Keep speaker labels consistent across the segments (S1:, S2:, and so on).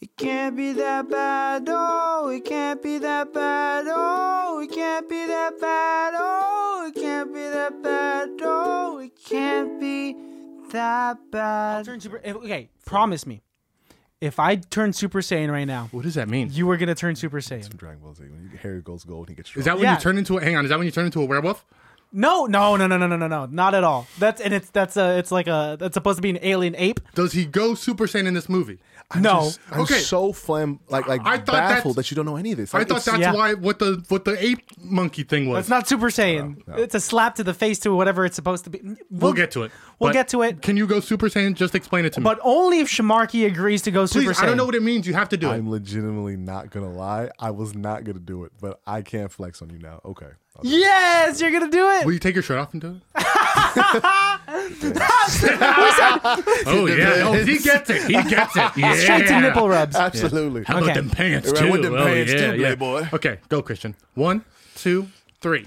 S1: It can't be that bad, oh, it can't be that bad, oh, it can't be that bad, oh, it can't be that bad, oh, it can't be that bad.
S2: Turn super. if- okay, promise me. If I turn Super Saiyan right now,
S3: What does that mean?
S2: you are gonna turn Super Saiyan.
S4: Dragon Ball Z. When you- Harry goes gold, he gets
S3: Is
S4: strong.
S3: that when
S2: Yeah.
S3: you turn into a hang on, is that when you turn into a werewolf?
S2: No, no, no, no, no, no, no, no, not at all. That's and it's that's a it's like a that's supposed to be an alien ape.
S3: Does he go Super Saiyan in this movie?
S2: no,
S4: I'm
S3: Okay.
S4: so flam like like
S3: I thought
S4: baffled
S3: that's-
S4: that you don't know any of this.
S3: I
S4: Like,
S3: thought
S4: it's-
S3: that's
S2: yeah.
S3: why what the what the ape monkey thing was.
S2: that's not Super Saiyan.
S4: No, no.
S2: It's a slap to the face to whatever it's supposed to be. We'll,
S3: we'll get to it.
S2: We'll
S3: But
S2: get to it.
S3: Can you go Super Saiyan? Just explain it to me.
S2: But only if Shimarki agrees to go Super
S3: Please,
S2: Saiyan.
S3: I don't know what it means. You have to do it.
S4: I'm legitimately not gonna lie. I was not gonna do it, but I can't flex on you now. Okay. I'll do it.
S2: Yes, you're gonna do it.
S3: Will you take your shirt off and do it? oh yeah, oh, he gets it. He gets it. Yeah.
S2: Straight to nipple rubs.
S4: Absolutely.
S3: How about
S2: Okay.
S3: them pants
S4: Right,
S3: too?
S4: with them
S3: Oh,
S4: pants
S3: yeah,
S4: too,
S3: yeah.
S4: playboy.
S3: Okay, go Christian. One, two, three.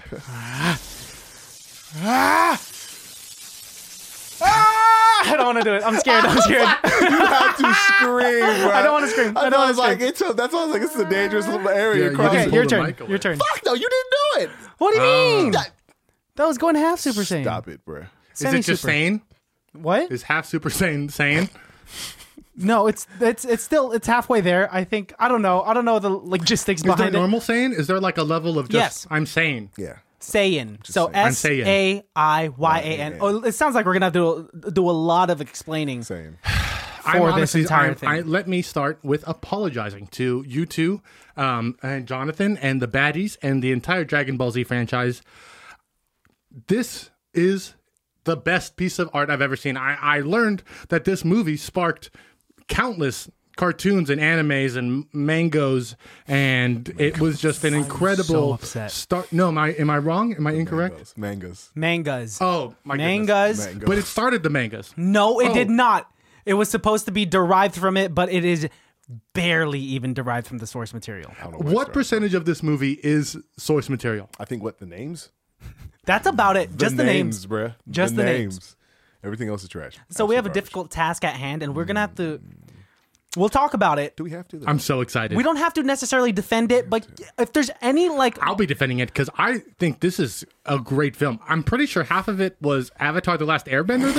S2: Ah, I don't want to do it. I'm scared. I'm scared.
S4: you have to scream. Bro.
S2: I don't wanna scream. I
S4: I,
S2: don't
S4: know.
S2: wanna
S4: it's like
S2: scream.
S4: it's a, that's why I was like, this is a dangerous little
S3: Yeah,
S4: area.
S3: you
S4: across
S3: just
S2: okay,
S4: the-
S3: pulled
S2: your
S3: the
S2: turn.
S3: mic away. Oh.
S2: Your turn.
S4: Fuck no, you didn't do it.
S2: What do you mean?
S4: That-
S2: That was going half Super Saiyan.
S4: Stop it, bro.
S3: Is it just
S2: Semi-super.
S3: Saiyan?
S2: What?
S3: Is half Super Saiyan Saiyan?
S2: No, it's it's it's still it's halfway there. I think I don't know. I don't know the logistics
S3: Is there
S2: behind it.
S3: normal Saiyan? Is there like a level of just
S2: Yes.
S3: I'm sane?
S4: Yeah.
S2: Saiyan. So
S3: I'm
S2: S
S3: Saiyan.
S2: A I Y A N.
S4: Y A N.
S2: Oh, it sounds like we're gonna have to do a lot of explaining.
S4: Same.
S3: I'm
S2: this entire
S3: I'm-
S2: thing.
S3: I- let me start with apologizing to you two, um, and Jonathan, and the baddies, and the entire Dragon Ball Z franchise. This is the best piece of art I've ever seen. I, I learned that this movie sparked countless cartoons and animes and mangoes
S2: Oh
S3: and it was just an incredible
S2: upset.
S3: start no am i am i wrong am i incorrect
S4: Mangoes.
S2: Mangas.
S4: Mangoes.
S3: oh my goodness.
S2: Mangas.
S4: Mangoes.
S3: but it started the mangas
S2: No, it did
S3: Oh.
S2: not. It was supposed to be derived from it, but it is barely even derived from the source material.
S4: I don't know where
S3: what
S4: it's from.
S3: percentage of this movie is source material
S4: I think what the names.
S2: That's about it. Just the names.
S4: bruh.
S2: Just the names.
S4: Everything else is trash.
S2: So we
S4: Absolute
S2: have a
S4: garbage.
S2: difficult task at hand, and we're gonna have to. We'll talk about it.
S4: Do we have to? Though?
S3: I'm so excited.
S2: We don't have to necessarily defend it, but if there's any like,
S3: I'll be defending it because I think this is a great film. I'm pretty sure half of it was Avatar: The Last Airbender.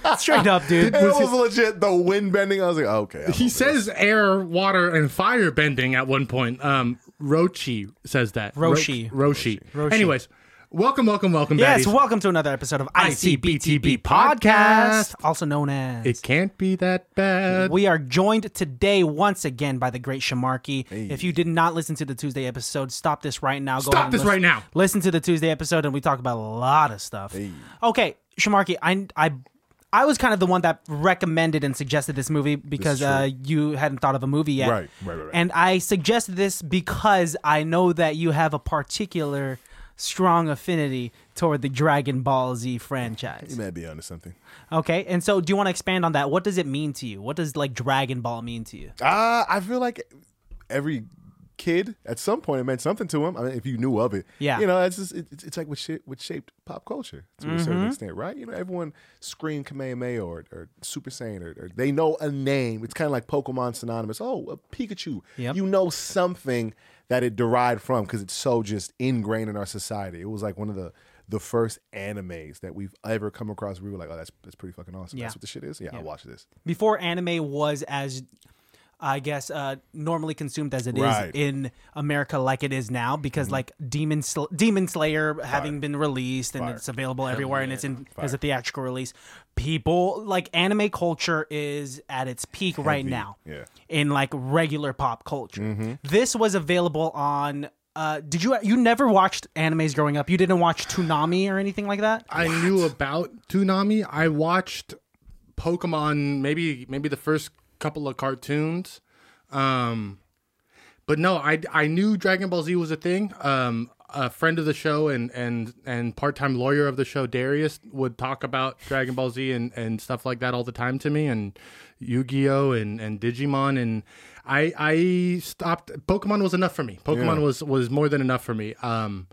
S3: Though.
S2: straight up, dude.
S4: It
S3: was
S4: was, legit the wind bending. I was like, "Oh, okay. I'm
S3: he
S4: over this.
S3: says air, water, and fire bending at one point. Um, Rochi says that. Ro-
S2: Roshi.
S3: Roshi. Anyways, welcome, welcome, welcome.
S2: Yes,
S3: baddies.
S2: welcome to another episode of ICBTB
S3: ICBTB
S2: Podcast,
S3: Podcast.
S2: also known as.
S3: it can't be that bad.
S2: we are joined today once again by the great Shamarki. If you did not listen to the Tuesday episode, stop this right now. Go
S3: Stop
S2: ahead and
S3: this
S2: listen-
S3: right now.
S2: Listen to the Tuesday episode, and we talk about a lot of stuff. Okay, Shamarki, I, I, I was kind of the one that recommended and suggested this movie because uh, you hadn't thought of a movie yet.
S4: Right, right, right, right.
S2: And I suggested this because I know that you have a particular strong affinity toward the Dragon Ball Z franchise.
S4: You might be onto something.
S2: Okay, and so do you want to expand on that? What does it mean to you? What does like Dragon Ball mean to you?
S4: Uh, I feel like every kid at some point it meant something to him. I mean, if you knew of it,
S2: Yeah.
S4: You know, it's just it, it's- it's like what shit what shaped pop culture to a
S2: Mm-hmm.
S4: certain extent, right? You know, everyone screamed Kamehameha or, or Super Saiyan or, or they know a name. It's kind of like Pokemon synonymous. Oh, a Pikachu.
S2: Yep.
S4: You know something that it derived from because it's so just ingrained in our society. It was like one of the the first animes that we've ever come across. We were like, oh, that's that's pretty fucking awesome.
S2: Yeah.
S4: That's what the shit is. Yeah, I watch this.
S2: Before anime was as I guess uh, normally consumed as it is
S4: Right. Mm-hmm.
S2: in America, like it is now, because like Demon Sl- Demon Slayer having been released and it's available everywhere, and it's in as a theatrical release. People like anime culture is at its peak right now,
S4: yeah. Mm-hmm.
S2: in like regular pop culture. This was available on. Uh, did you you never watched animes growing up? You didn't watch Toonami or anything like that?
S3: I knew about Toonami. I watched Pokemon, maybe maybe the first couple of cartoons. Um, but no, I I knew Dragon Ball Z was a thing. Um, a friend of the show and and and part time lawyer of the show, Darius, would talk about Dragon Ball Z and and stuff like that all the time to me, and Yu Gi Oh and and Digimon and. I, I stopped. Pokemon was enough for me. Pokemon was was more than enough for me. Um,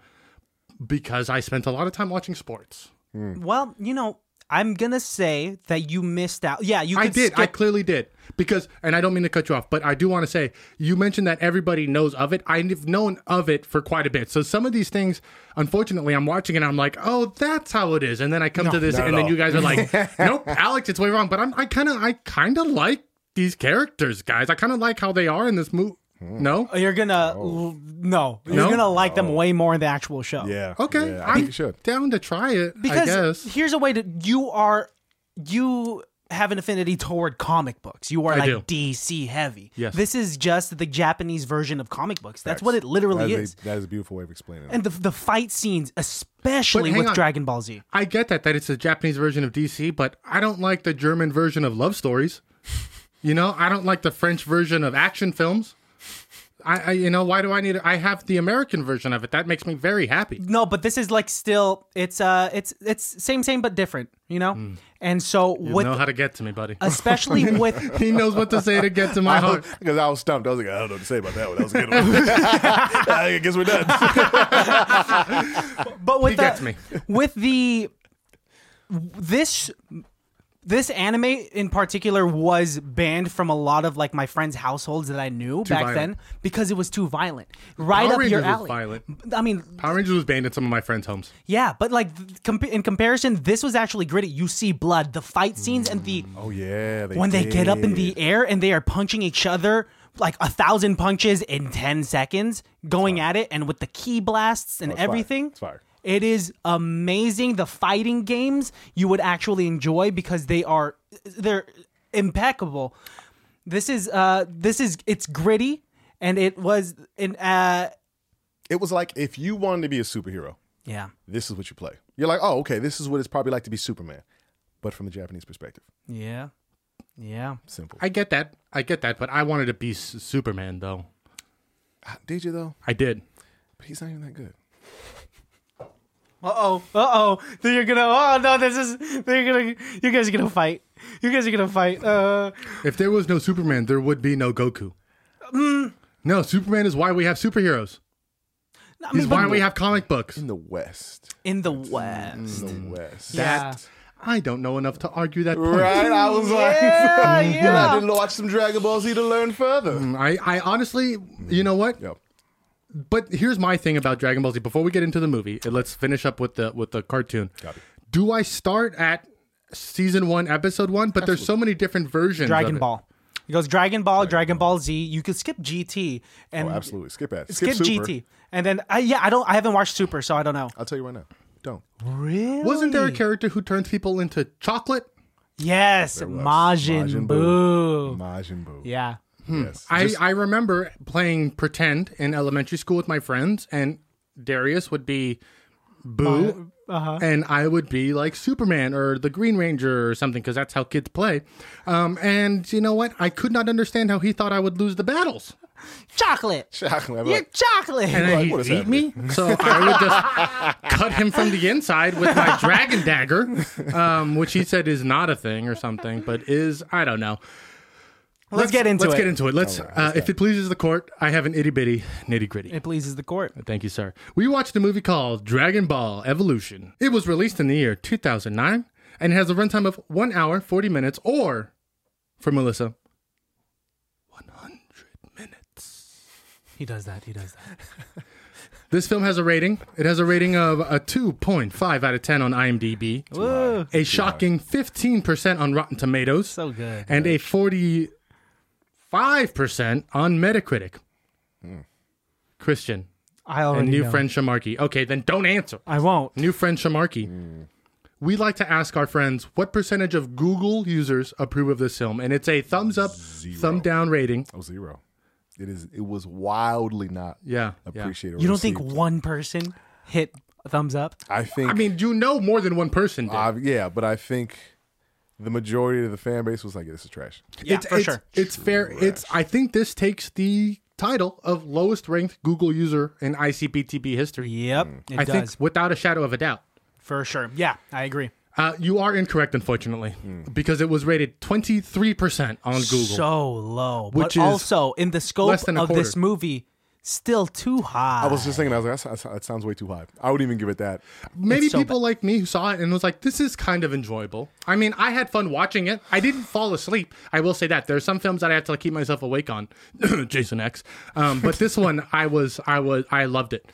S3: because I spent a lot of time watching sports.
S2: Well, you know, I'm gonna say that you missed out. Yeah, you.
S3: I
S2: could
S3: did. I
S2: skip-
S3: clearly did because, and I don't mean to cut you off, but I do want to say you mentioned that everybody knows of it. I've known of it for quite a bit. So some of these things, unfortunately, I'm watching and I'm like, oh, that's how it is, and then I come to this,
S4: not
S3: and
S4: at
S3: then
S4: all.
S3: you guys are like, nope, Alex, it's way wrong. But I'm, I kind of, I kind of like these characters, guys. I kind of like how they are in this movie.
S4: Hmm.
S3: No,
S2: You're gonna l- no. You're
S3: No?
S2: gonna like them way more in the actual show.
S4: Yeah.
S3: okay,
S4: Yeah, I
S3: I'm
S4: think you should.
S3: down to try it. I
S2: Because
S3: guess.
S2: here's a way to you are you have an affinity toward comic books. You are
S3: I
S2: like
S3: do.
S2: DC heavy.
S3: Yes.
S2: This is just the Japanese version of comic books. That's what it
S4: That
S2: literally
S4: is,
S2: is.
S4: a, that is a beautiful way of explaining it.
S2: And the the fight scenes, especially
S3: hang
S2: with
S3: on.
S2: Dragon Ball Z.
S3: I get that that it's a Japanese version of DC, but I don't like the German version of love stories. You know, I don't like the French version of action films. I, I you know, why do I need? I have the American version of it. That makes me very happy.
S2: No, but this is like still it's uh it's it's same same but different, you know?
S3: Hmm.
S2: And so with
S3: know how to get to me, buddy.
S2: especially with
S3: he knows what to say to get to my heart.
S4: Because I was stumped. I was like, I don't know what to say about that one. That was a good one. I guess we're done.
S2: but with
S3: He
S2: the,
S3: gets me.
S2: with the this this anime in particular was banned from a lot of like my friends' households that I knew back
S3: violent.
S2: then because it was too violent. Right
S3: Power
S2: up your
S3: Rangers was
S2: alley.
S3: violent.
S2: I mean,
S3: Power Rangers was banned in some of my friends' homes.
S2: yeah, but like th- compa- in comparison, this was actually gritty. You see blood, the fight scenes, and the
S3: Mm.
S4: Oh, yeah.
S2: when they get up in the air and they are punching each other like a thousand punches in 10 seconds going at it and with the key blasts and
S4: Oh, it's fire.
S2: everything
S4: It's fire.
S2: it is amazing the fighting games you would actually enjoy because they are they're impeccable this is uh this is it's gritty and it was in uh
S4: It was like if you wanted to be a superhero,
S2: yeah
S4: this is what you play. You're like, oh, okay, this is what it's probably like to be Superman, but from a Japanese perspective.
S2: yeah yeah
S4: Simple.
S3: I get that. I get that, but I wanted to be S- Superman though.
S4: Did you though?
S3: I did.
S4: But he's not even that good.
S2: Uh-oh. Uh-oh. Then you're gonna oh no, this is they're gonna you guys are gonna fight. You guys are gonna fight. Uh
S3: If there was no Superman, there would be no Goku.
S2: Mm.
S3: No, Superman is why we have superheroes.
S2: I
S3: He's
S2: mean, but
S3: why we have comic books.
S4: In the West.
S2: in the West.
S4: In Mm, the West.
S2: Yeah.
S3: I don't know enough to argue that point.
S4: Right? I was
S2: Yeah,
S4: like, I
S2: yeah.
S4: didn't watch some Dragon Ball Z to learn further.
S2: Mm-hmm.
S3: I, I honestly, you know what?
S4: Yep.
S3: But here's my thing about Dragon Ball Z. Before we get into the movie, and let's finish up with the with the cartoon. Do I start at season one, episode one? But there's so many different versions.
S2: Dragon
S3: of it.
S2: Ball. It goes Dragon Ball, Dragon Ball Z. You could skip GT and
S4: Oh, absolutely. Skip that.
S2: skip,
S4: Super.
S2: GT. And then I yeah, I don't I haven't watched Super, so I don't know.
S4: I'll tell you right now. Don't.
S2: Really?
S3: Wasn't there a character who turns people into chocolate?
S2: Yes, Majin,
S4: Majin
S2: Buu.
S4: Majin Buu.
S2: Yeah. Hmm.
S4: Yes.
S3: I, I remember playing pretend in elementary school with my friends, and Darius would be Boo,
S2: uh-huh.
S3: and I would be like Superman or the Green Ranger or something, because that's how kids play. Um, and you know what? I could not understand how he thought I would lose the battles,
S2: Chocolate.
S4: Chocolate. I'm
S2: You're
S4: like,
S2: chocolate.
S3: and
S4: Like,
S3: then
S4: what is
S3: he beat me. So I would just cut him from the inside with my dragon dagger, um, which he said is not a thing or something, but is I don't know.
S2: let's, get into
S3: let's
S2: it.
S3: get into it. Let's, uh, if it pleases the court, I have an itty bitty nitty gritty.
S2: it pleases the court.
S3: Thank you, sir. We watched a movie called Dragon Ball Evolution. It was released in the year 2009 and has a runtime of 1 hour, 40 minutes, or, for Melissa, 100 minutes.
S2: He does that. He does that.
S3: This film has a rating. It has a rating of a 2.5 out of 10 on IMDb,
S2: Woo.
S3: a shocking 15% on Rotten Tomatoes,
S2: So good.
S3: and a 45% on Metacritic.
S2: Hmm.
S3: Christian,
S2: Oh, I
S3: and
S2: already
S3: new
S2: know.
S3: friend Shamarky. Okay, then don't answer.
S2: I won't.
S3: New friend Shamarky. We like to ask our friends what percentage of Google users approve of this film, and it's a thumbs up, thumb down rating.
S4: oh, zero. It is. It was wildly not
S3: Yeah, yeah.
S4: appreciated. or
S2: You don't think
S4: received.
S2: one person hit thumbs up?
S4: I think.
S3: I mean, you know more than one person
S2: Uh,
S3: did.
S4: I've- yeah, but I think the majority of the fan base was like, "This is trash."
S2: Yeah,
S3: it's,
S2: for
S3: it's,
S2: sure.
S3: It's fair. It's. I think this takes the title of lowest ranked Google user in ICPTB history.
S2: Yep, it
S3: I
S2: does
S3: think without a shadow of a doubt.
S2: for sure. Yeah, I agree.
S3: Uh, you are incorrect, unfortunately,
S2: Hmm.
S3: because it was rated 23% on Google.
S2: So low, but
S3: Which is
S2: also in the scope
S3: less than a
S2: of this
S3: quarter.
S2: movie, still too high.
S4: I was just thinking, I was like, that, that sounds way too high. I wouldn't even give it that.
S3: Maybe
S2: so
S3: people like me who saw it and was like, this is kind of enjoyable. I mean, I had fun watching it. I didn't fall asleep. I will say that. There are some films that I have to like, keep myself awake on. Jason X. Um, but this one I was I was I loved it.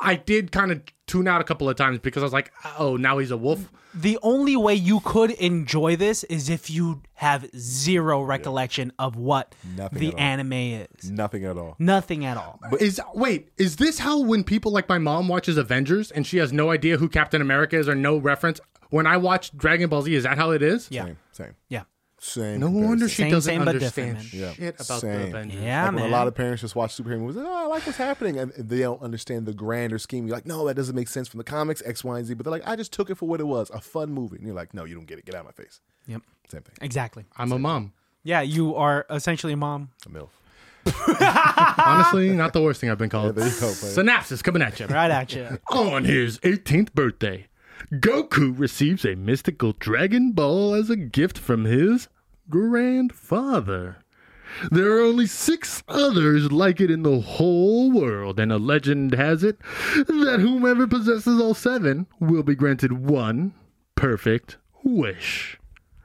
S3: I did kind of tune out a couple of times because I was like, oh, now he's a wolf.
S2: the only way you could enjoy this is if you have zero recollection of what
S4: Nothing
S2: the
S4: at all.
S2: anime is.
S4: Nothing at all.
S2: Nothing at all.
S3: Is wait, is this how when people like my mom watches Avengers and she has no idea who Captain America is or no reference? When I watch Dragon Ball Z, is that how it is?
S2: Yeah.
S4: Same. Same.
S2: Yeah.
S4: Same.
S3: No wonder she
S2: Same,
S3: doesn't
S2: same, but
S3: understand
S2: different,
S4: man.
S3: shit
S4: Yeah.
S3: about the
S4: Same.
S3: Avengers.
S2: Yeah,
S4: Like
S2: man.
S4: when a lot of parents just watch superhero movies, oh, I like what's happening, and they don't understand the grander scheme. You're like, no, that doesn't make sense from the comics X, Y, and Z. But they're like, I just took it for what it was, a fun movie. And you're like, no, you don't get it. Get out of my face.
S2: Yep.
S4: Same thing.
S2: Exactly.
S3: I'm a mom.
S2: Yeah, you are essentially a mom.
S4: A milf.
S3: Honestly, not the worst thing I've been called.
S4: Uh, There you go, buddy.
S3: Synapses coming at you.
S2: Right at you.
S3: On his 18th birthday, Goku receives a mystical Dragon Ball as a gift from his grandfather. There are only six others like it in the whole world, and a legend has it that whomever possesses all seven will be granted one perfect wish.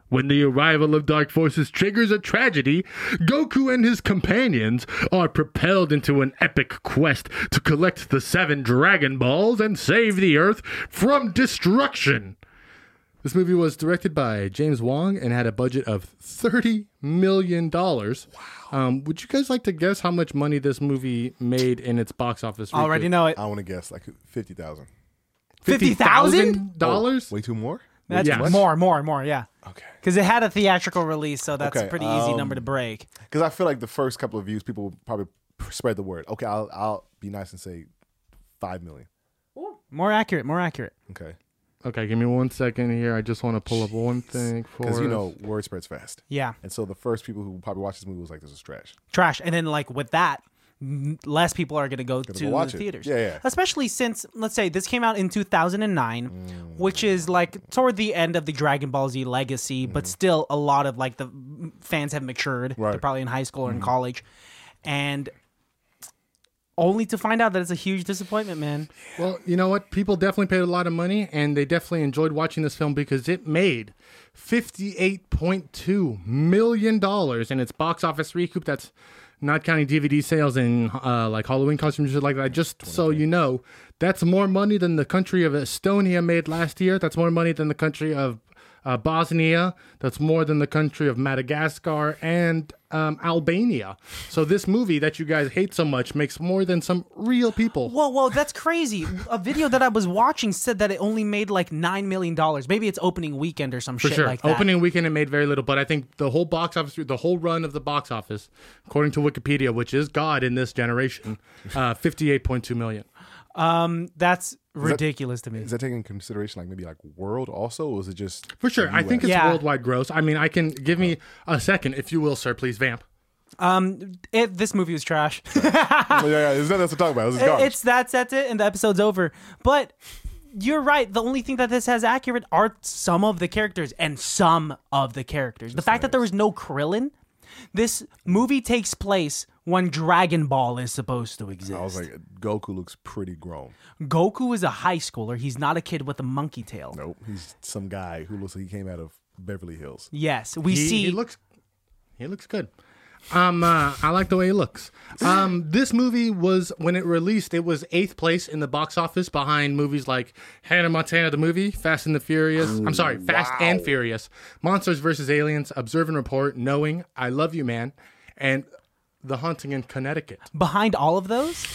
S3: When the arrival of dark forces triggers a tragedy, Goku and his companions are propelled into an epic quest to collect the seven Dragon Balls and save the Earth from destruction. This movie was directed by James Wong and had a budget of $30 million. Wow. Um, would you guys like to guess how much money this movie made in its box office?
S2: Already know it.
S4: I want to guess like fifty thousand.
S2: $50,000?
S3: dollars?
S4: Way too more.
S2: That's
S3: Yeah.
S2: more, more, more, yeah.
S4: Okay.
S2: Because it had a theatrical release, so that's a
S4: Okay,
S2: pretty easy number
S3: um,
S2: to break.
S4: Because I feel like the first couple of views, people will probably spread the word. Okay, I'll I'll be nice and say five million.
S2: More accurate, more accurate.
S4: Okay.
S3: Okay, give me one second here. I just want to pull up one thing for
S4: Because you
S3: us.
S4: know, word spreads fast.
S2: Yeah.
S4: And so the first people who probably watched this movie was like, "This is trash."
S2: trash. And then like with that, n- less people are going to go to
S4: go watch
S2: the
S4: it.
S2: theaters.
S4: Yeah, yeah.
S2: Especially since let's say this came out in 2009,
S4: Mm.
S2: which is like toward the end of the Dragon Ball Z legacy, but still a lot of like the m- fans have matured. They're
S4: Mm-hmm. Right. Mm-hmm.
S2: probably in high school or in college, and only to find out that it's a huge disappointment, man.
S3: Well, you know what? People definitely paid a lot of money, and they definitely enjoyed watching this film because it made fifty-eight point two million dollars in its box office recoup. That's not counting DVD sales and uh, like Halloween costumes and shit like that. Just so you know, that's more money than the country of Estonia made last year. That's more money than the country of uh, Bosnia. That's more than the country of Madagascar and um, Albania. So this movie that you guys hate so much makes more than some real people.
S2: Whoa, whoa, that's crazy. A video that I was watching said that it only made like $9 million. Maybe it's opening weekend or some
S3: For
S2: shit
S3: sure.
S2: like that.
S3: Opening weekend, it made very little, but I think the whole box office, the whole run of the box office, according to Wikipedia, which is God in this generation, uh, 58.2 million.
S2: That's ridiculous to me.
S4: Is that taking into consideration like maybe like world also, or is it just
S3: For sure. I think it's
S2: Yeah.
S3: worldwide gross. I mean, I can give me a second, if you will, sir, please vamp.
S2: Um, It, this movie was trash.
S4: yeah, yeah, there's nothing else to talk about. This is
S2: It-
S4: garbage.
S2: it's that's that's it, and the episode's over. But you're right. The only thing that this has accurate are some of the characters and some of the characters. the fact that there was no Krillin. This movie takes place when Dragon Ball is supposed to exist.
S4: I was like, Goku looks pretty grown.
S2: Goku is a high schooler. He's not a kid with a monkey tail.
S4: Nope, he's some guy who looks like he came out of Beverly Hills.
S2: Yes, we
S3: He,
S2: see.
S3: he looks he looks good. Um, uh, I like the way he looks. Um, this movie was when it released, it was eighth place in the box office behind movies like Hannah Montana the movie, Fast and the Furious. I'm sorry, Fast and Furious, Monsters vs. Aliens, Observe and Report, Knowing, I Love You Man, and The Haunting in Connecticut.
S2: behind all of those,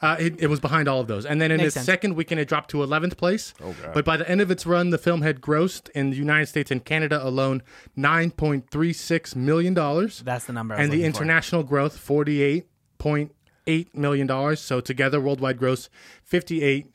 S3: Uh, it, it was behind all of those. And then in
S2: Makes
S3: its
S2: sense.
S3: second weekend, it dropped to 11th place. But by the end of its run, the film had grossed in the United States and Canada alone $9.36 million.
S2: that's the number. I was
S3: and the
S2: looking for.
S3: international growth, $48.8 million. So together, worldwide gross, 58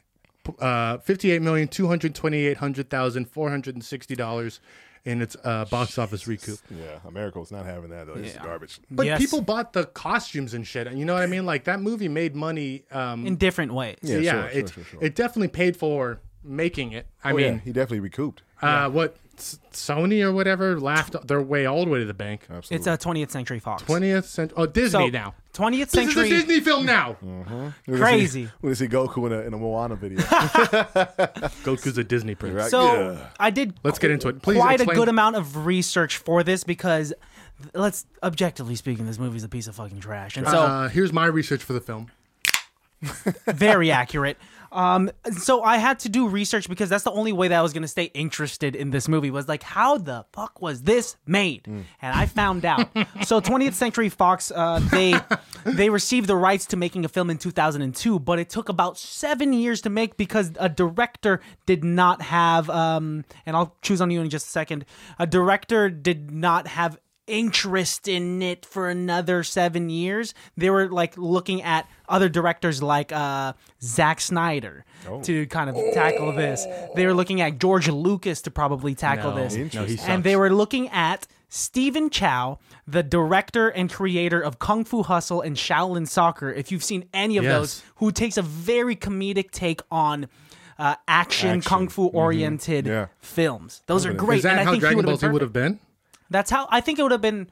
S3: uh, fifty-eight million two hundred twenty-eight hundred thousand four hundred and sixty dollars in its uh, box office recoup.
S4: Yeah, America was not having that though. This is garbage.
S3: But
S2: Yes.
S3: people bought the costumes and shit. You know what I mean? Like that movie made money. Um,
S2: in different ways.
S3: yeah,
S4: Yeah, sure, sure,
S3: it,
S4: sure, sure.
S3: it definitely paid for making it. I
S4: Oh, yeah,
S3: mean,
S4: he definitely recouped.
S3: uh, what S- Sony or whatever laughed their way all the way to the bank.
S4: Absolutely.
S2: It's a 20th Century Fox.
S3: 20th century. Oh, Disney
S2: so,
S3: now.
S2: 20th
S3: This is a
S2: Century.
S3: Disney film now.
S4: We're gonna
S2: Crazy.
S4: see- We're gonna see Goku in a, in a Moana video.
S3: Goku's a Disney prince.
S4: Right?
S2: So
S4: Yeah.
S2: I did.
S3: Let's get into it. Please
S2: quite
S3: explain.
S2: a good amount of research for this because, th- let's objectively speaking, this movie's a piece of fucking trash, and so
S3: Uh, here's my research for the film.
S2: very accurate. Um, so I had to do research because that's the only way that I was going to stay interested in this movie was like, how the fuck was this made? And I found out. so 20th Century Fox, uh, they they received the rights to making a film in 2002, but it took about seven years to make because a director did not have. Um, and I'll choose on you in just a second. A director did not have interest in it for another seven years. They were like looking at other directors like uh, Zack Snyder
S3: Oh.
S2: to kind of tackle this. They were looking at George Lucas to probably tackle this.
S4: No, he
S2: and they were looking at Stephen Chow, the director and creator of Kung Fu Hustle and Shaolin Soccer, if you've seen any of
S3: Yes.
S2: those, who takes a very comedic take on uh, action, kung fu
S3: Mm-hmm.
S2: oriented
S4: Yeah.
S2: films. Those are great.
S3: Is that
S2: and I
S3: how
S2: think he
S3: Dragon
S2: would've
S3: Ball
S2: been
S3: Z
S2: perfect.
S3: would have been?
S2: That's how I think it would have been.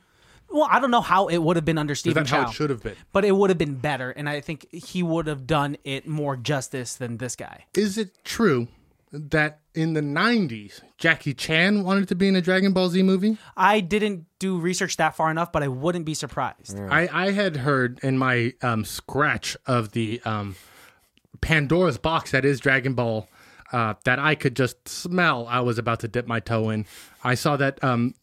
S2: Well, I don't know how it would have been under
S3: Is
S2: Stephen
S3: that
S2: Chow,
S3: how it should have been?
S2: but it would have been better, and I think he would have done it more justice than this guy.
S3: Is it true that in the 90s, Jackie Chan wanted to be in a Dragon Ball Z movie?
S2: I didn't do research that far enough, but I wouldn't be surprised.
S3: I, I had heard in my um, scratch of the um, Pandora's box that is Dragon Ball uh, that I could just smell I was about to dip my toe in. I saw that um,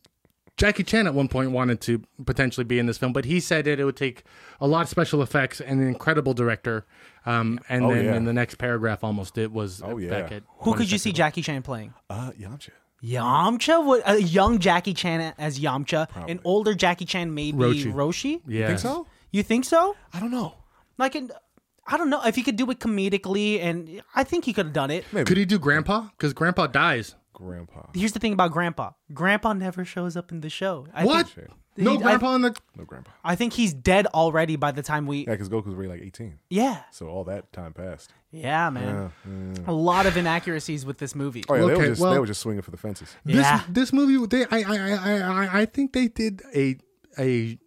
S3: Jackie Chan at one point wanted to potentially be in this film, but he said that it would take a lot of special effects and an incredible director. Um, and then
S4: Oh, yeah.
S3: in the next paragraph, almost it was oh,
S4: yeah.
S3: back at
S2: Who could you see Jackie Chan playing?
S4: Uh, Yamcha.
S2: Yamcha, would, a young Jackie Chan as Yamcha, an older Jackie Chan maybe
S3: Roshi.
S2: Roshi.
S3: yeah.
S4: Think so?
S2: You think so?
S4: I don't know.
S2: Like, in, I don't know if he could do it comedically, and I think he could have done it.
S3: Could he do Grandpa? Because Grandpa dies.
S4: Grandpa.
S2: Here's the thing about Grandpa. Grandpa never shows up in the show. I
S3: What?
S2: think-
S3: No
S2: He- I-
S3: Grandpa in the.
S4: No grandpa.
S2: I think he's dead already by the time we.
S4: Yeah, because Goku's already like 18.
S2: Yeah.
S4: So all that time passed.
S2: Yeah, man. A lot of inaccuracies with this movie.
S4: Oh, yeah, they, were
S3: Okay,
S4: just,
S3: well-
S4: they were just swinging for the fences.
S3: This,
S2: Yeah.
S3: this movie, they, I, I, I, I, I think they did a, a.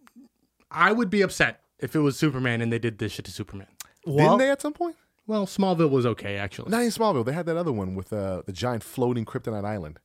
S3: I would be upset if it was Superman and they did this shit to Superman.
S2: Well,
S4: Didn't they at some point?
S3: Well, Smallville was okay actually.
S4: Not in Smallville. They had that other one with uh, the giant floating Kryptonite island.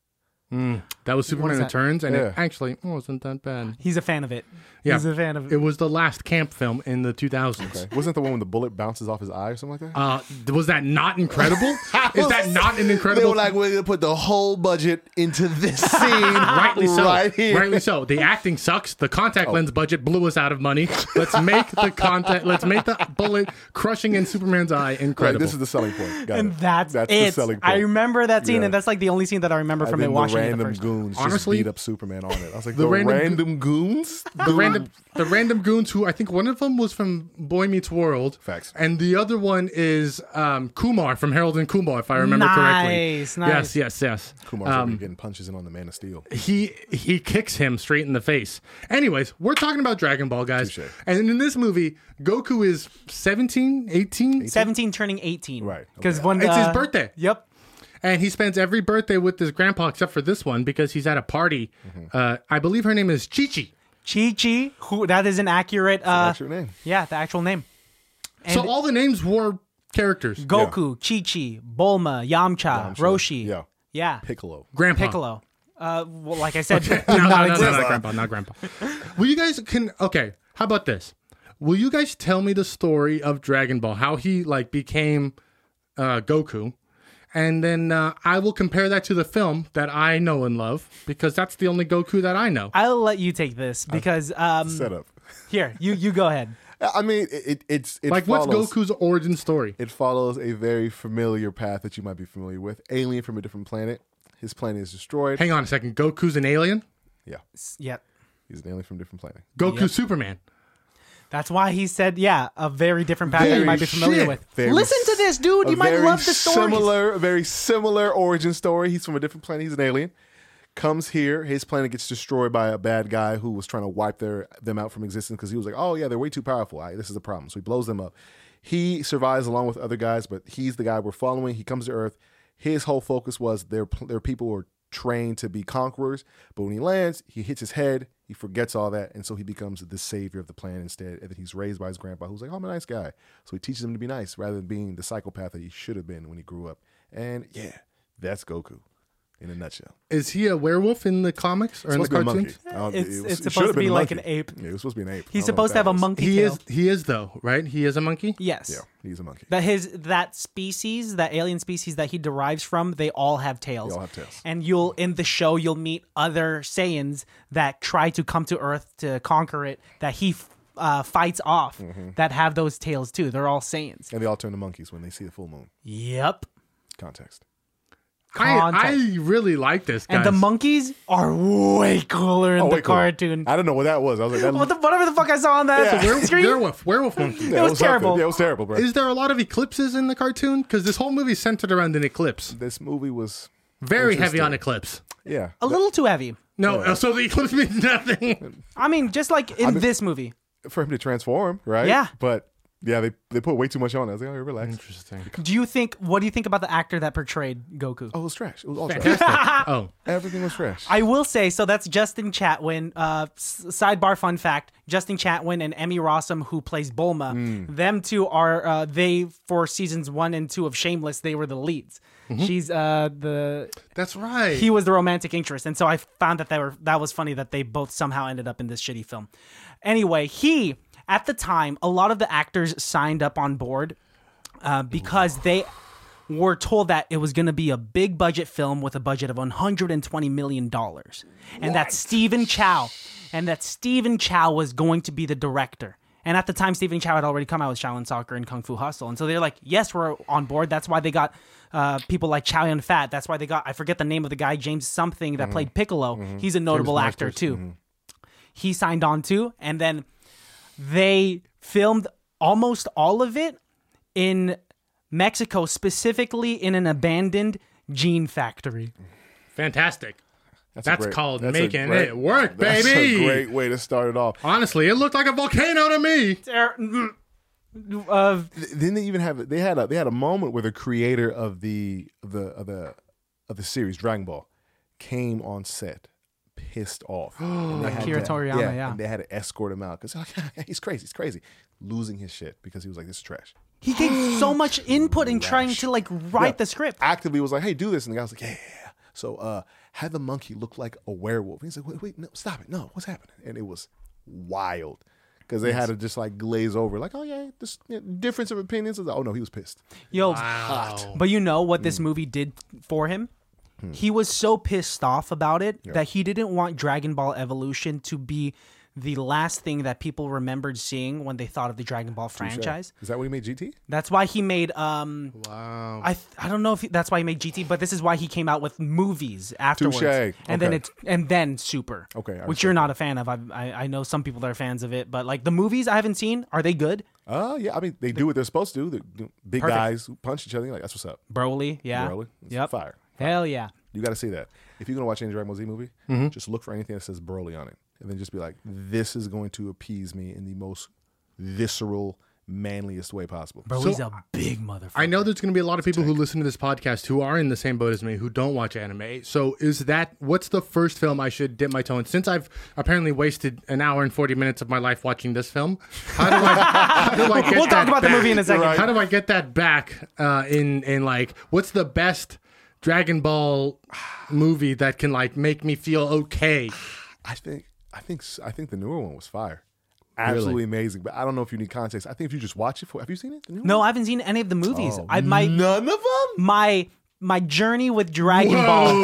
S3: That was Superman
S2: is that?
S3: Returns, and
S4: Yeah.
S3: it actually wasn't that bad.
S2: he's a fan of it.
S3: Yeah,
S2: He's a fan of
S3: It was the last camp film in the 2000s.
S4: Wasn't the one when the bullet bounces off his eye or something like that?
S3: Uh, was that not incredible? Is that not an incredible?
S4: we're going to put the whole budget into this scene.
S3: Rightly so. Rightly so. The acting sucks. The
S4: Oh.
S3: contact lens budget blew us out of money. Let's make the contact. Let's make the bullet crushing in Superman's eye
S4: Right,
S3: incredible.
S4: this is the selling point. Got
S2: And
S4: it.
S2: that's,
S4: the
S2: it.
S4: selling point.
S2: I remember that scene,
S4: Yeah.
S2: and that's like the only scene that I remember from
S4: and
S2: it
S4: then
S2: watching
S4: the
S2: it the
S4: random
S2: first time.
S4: goons
S3: Honestly-
S4: just beat up Superman on it. I was like, the,
S3: random
S4: random,
S3: go-
S4: goons?
S3: the random the random goons who I think one of them was from Boy Meets World.
S4: Facts.
S3: And the other one is um, Kumar from Harold and Kumar, if I remember correctly.
S2: Nice, nice.
S3: Yes, yes, yes.
S4: Kumar's already getting punches in on the Man of Steel.
S3: He he kicks him straight in the face. Anyways, we're talking about Dragon Ball, guys.
S4: Touche.
S3: And in this movie, Goku is 17, 18,
S2: 17 turning 18.
S4: Right.
S2: Because when
S3: It's his
S2: uh,
S3: birthday.
S2: Yep.
S3: and he spends every birthday with his grandpa except for this one because he's at a party. Uh, I believe her name is Chi Chi.
S2: Chi Chi, who that is an accurate. Uh,
S4: What's your name?
S2: yeah, the actual name.
S3: So all the names were characters.
S2: Goku, Chi Chi, Bulma, Yamcha, Roshi.
S4: Yeah.
S2: Yeah.
S4: Piccolo.
S3: grandpa.
S2: Piccolo. Uh, well, like I said,
S3: no,
S2: not
S3: no, no, no,
S2: exist.
S3: not grandpa, not grandpa. Will you guys can okay? How about this? Will you guys tell me the story of Dragon Ball? How he like became uh, Goku, and then uh, I will compare that to the film that I know and love because that's the only Goku that I know.
S2: I'll let you take this because um,
S4: Setup.
S2: here you you go ahead.
S4: I mean, it, it, it's it
S3: like,
S4: follows,
S3: what's Goku's origin story?
S4: It follows a very familiar path that you might be familiar with. Alien from a different planet. His planet is destroyed.
S3: Hang on a second. Goku's an alien.
S4: yeah,
S2: Yep.
S4: he's an alien from a different planet.
S3: Goku Superman.
S2: That's why he said, yeah, a very different pattern you
S4: Very
S2: might be familiar
S3: shit.
S2: with.
S4: Very
S2: Listen to
S4: s-
S2: this, dude.
S4: a
S2: You might
S4: very
S2: love the story.
S4: Similar, a very similar origin story. He's from a different planet. He's an alien. Comes here. His planet gets destroyed by a bad guy who was trying to wipe their them out from existence because he was like, "Oh yeah, they're way too powerful. I, this is the problem." So he blows them up. He survives along with other guys, but he's the guy we're following. He comes to Earth. His whole focus was their their people were trained to be conquerors, but when he lands, he hits his head. He forgets all that, and so he becomes the savior of the plan instead. And then he's raised by his grandpa, who's like, "Oh, I'm a nice guy." So he teaches him to be nice rather than being the psychopath that he should have been when he grew up. And yeah, that's Goku in a nutshell.
S3: Is he a werewolf in the comics or in the
S4: Supposed to be a
S3: cartoons?
S4: monkey. I don't-
S2: It's-
S4: it
S2: it's
S4: it
S2: supposed
S4: should've
S2: to be
S4: been a
S2: like an
S4: monkey.
S2: ape.
S4: Yeah, it was supposed to be an ape. I
S2: He's
S4: don't know what
S2: supposed to have
S4: that
S2: a
S4: Oh, is.
S2: monkey
S3: He
S2: tail.
S3: is. He is though, right? He is a monkey.
S2: Yes.
S4: Yeah, he's a monkey.
S2: That his that species, that alien species that he derives from, they all have tails.
S4: They all have tails.
S2: And you'll in the show you'll meet other Saiyans that try to come to Earth to conquer it that he uh, fights off
S4: Mm-hmm.
S2: that have those tails too. They're all Saiyans.
S4: And they all turn to monkeys when they see the full moon.
S2: Yep.
S4: Context.
S3: I, I
S2: Contact.
S3: really like this. Guys.
S2: And the monkeys are way cooler in the
S4: wait, cool.
S2: cartoon.
S4: I don't know what that was. I was like, that
S2: What the whatever the fuck I saw on that
S4: Yeah.
S2: were- screen.
S3: werewolf, werewolf monkey.
S4: yeah,
S2: was
S4: something.
S2: terrible.
S4: Yeah, it was terrible, bro.
S3: Is there a lot of eclipses in the cartoon? Because this whole movie centered around an eclipse.
S4: this movie was,
S3: Very heavy on eclipse.
S4: yeah.
S2: a little too heavy.
S3: No, uh, so the eclipse means nothing.
S2: I mean, just like in this movie.
S4: For him to transform, right?
S2: Yeah.
S4: But yeah, they, they put way too much on it. I was like, oh, relax.
S2: Mm.
S3: Interesting.
S2: Do you think what do you think about the actor that portrayed Goku?
S4: Oh, it was trash. It was all trash.
S3: Fantastic. oh,
S4: Everything was trash.
S2: I will say so. That's Justin Chatwin. Uh, s- sidebar fun fact: Justin Chatwin and Emmy Rossum, who plays Bulma, them two are uh, they for seasons one and two of Shameless. They were the leads. She's uh, the
S3: that's right.
S2: he was the romantic interest, and so I found that they were that was funny that they both somehow ended up in this shitty film. Anyway, he at the time a lot of the actors signed up on board uh, because they were told that it was going to be a big budget film with a budget of 120 million dollars, and that Stephen Chow, and that Stephen Chow was going to be the director. And at the time, Stephen Chow had already come out with Shaolin Soccer and Kung Fu Hustle, and so they're like, "Yes, we're on board." That's why they got uh, people like Chow Yun Fat. That's why they got I forget the name of the guy James something that played Piccolo. He's a notable actor too. He signed on too, and then they filmed almost all of it in Mexico, specifically in an abandoned gene factory.
S3: Fantastic. That's,
S4: a great-
S3: called
S4: that's a
S3: making
S4: great-
S3: it work,
S4: That's
S3: baby.
S4: a great way to start it off.
S3: Honestly, it looked like a volcano to me.
S2: There- mm, Of
S4: then they even have they had a they had a moment where the creator of the of the of the of the series Dragon Ball came on set pissed off. And they had
S2: Akira
S4: to-
S2: Toriyama, yeah.
S4: And they had to escort him out because he's crazy, he's crazy, losing his shit because he was like, "This is trash."
S2: he gave so much input in trying to like write the script.
S4: Actively was like, "Hey, do this," and the guy was like, "Yeah." So uh, had the monkey look like a werewolf. And he's like, "Wait, wait, no, stop it, no, what's happening?" And it was wild. Because they had to just like glaze over, like, oh yeah, this yeah, difference of opinions. Is, oh no, he was pissed.
S2: Yo, but you know what this movie did for him? He was so pissed off about it that he didn't want Dragon Ball Evolution to be the last thing that people remembered seeing when they thought of the Dragon Ball franchise.
S4: Is that what he made GT?
S2: That's why he made um
S3: Wow.
S2: I th- I don't know if he, that's why he made GT, but this is why he came out with movies afterwards,
S4: Touche.
S2: and then
S4: Okay.
S2: it's and then Super,
S4: Okay, I
S2: which you're not a fan of. I, I I know some people that are fans of it, but like the movies I haven't seen, are they good?
S4: Uh, yeah. I mean, they do what they're supposed to. The the big
S2: Perfect.
S4: guys who punch each other. Like that's what's up.
S2: Broly, yeah,
S4: Broly, it's
S2: yep,
S4: fire.
S2: hell yeah.
S4: You got to see that. If you're gonna watch any Dragon Ball Z movie, just look for anything that says Broly on it, and then just be like, "This is going to appease me in the most visceral, manliest way possible."
S2: Broly's a big motherfucker.
S3: I know there's going to be a lot of people who listen to this podcast who are in the same boat as me who don't watch anime. So is that what's the first film I should dip my toe in? Since I've apparently wasted an hour and forty minutes of my life watching this film, how do I? how do I get
S2: we'll
S3: that
S2: talk about the
S3: back?
S2: movie in a second.
S4: Right.
S3: How do I get that back? Uh, in in like, what's the best Dragon Ball movie that can like make me feel okay?
S4: I think, I think, I think the newer one was fire. Absolutely amazing. But I don't know if you need context. I think if you just watch it for, have you seen it? The new
S2: No, I haven't seen any of the movies.
S4: Oh,
S2: I my
S4: None of them.
S2: my my journey with Dragon Ball.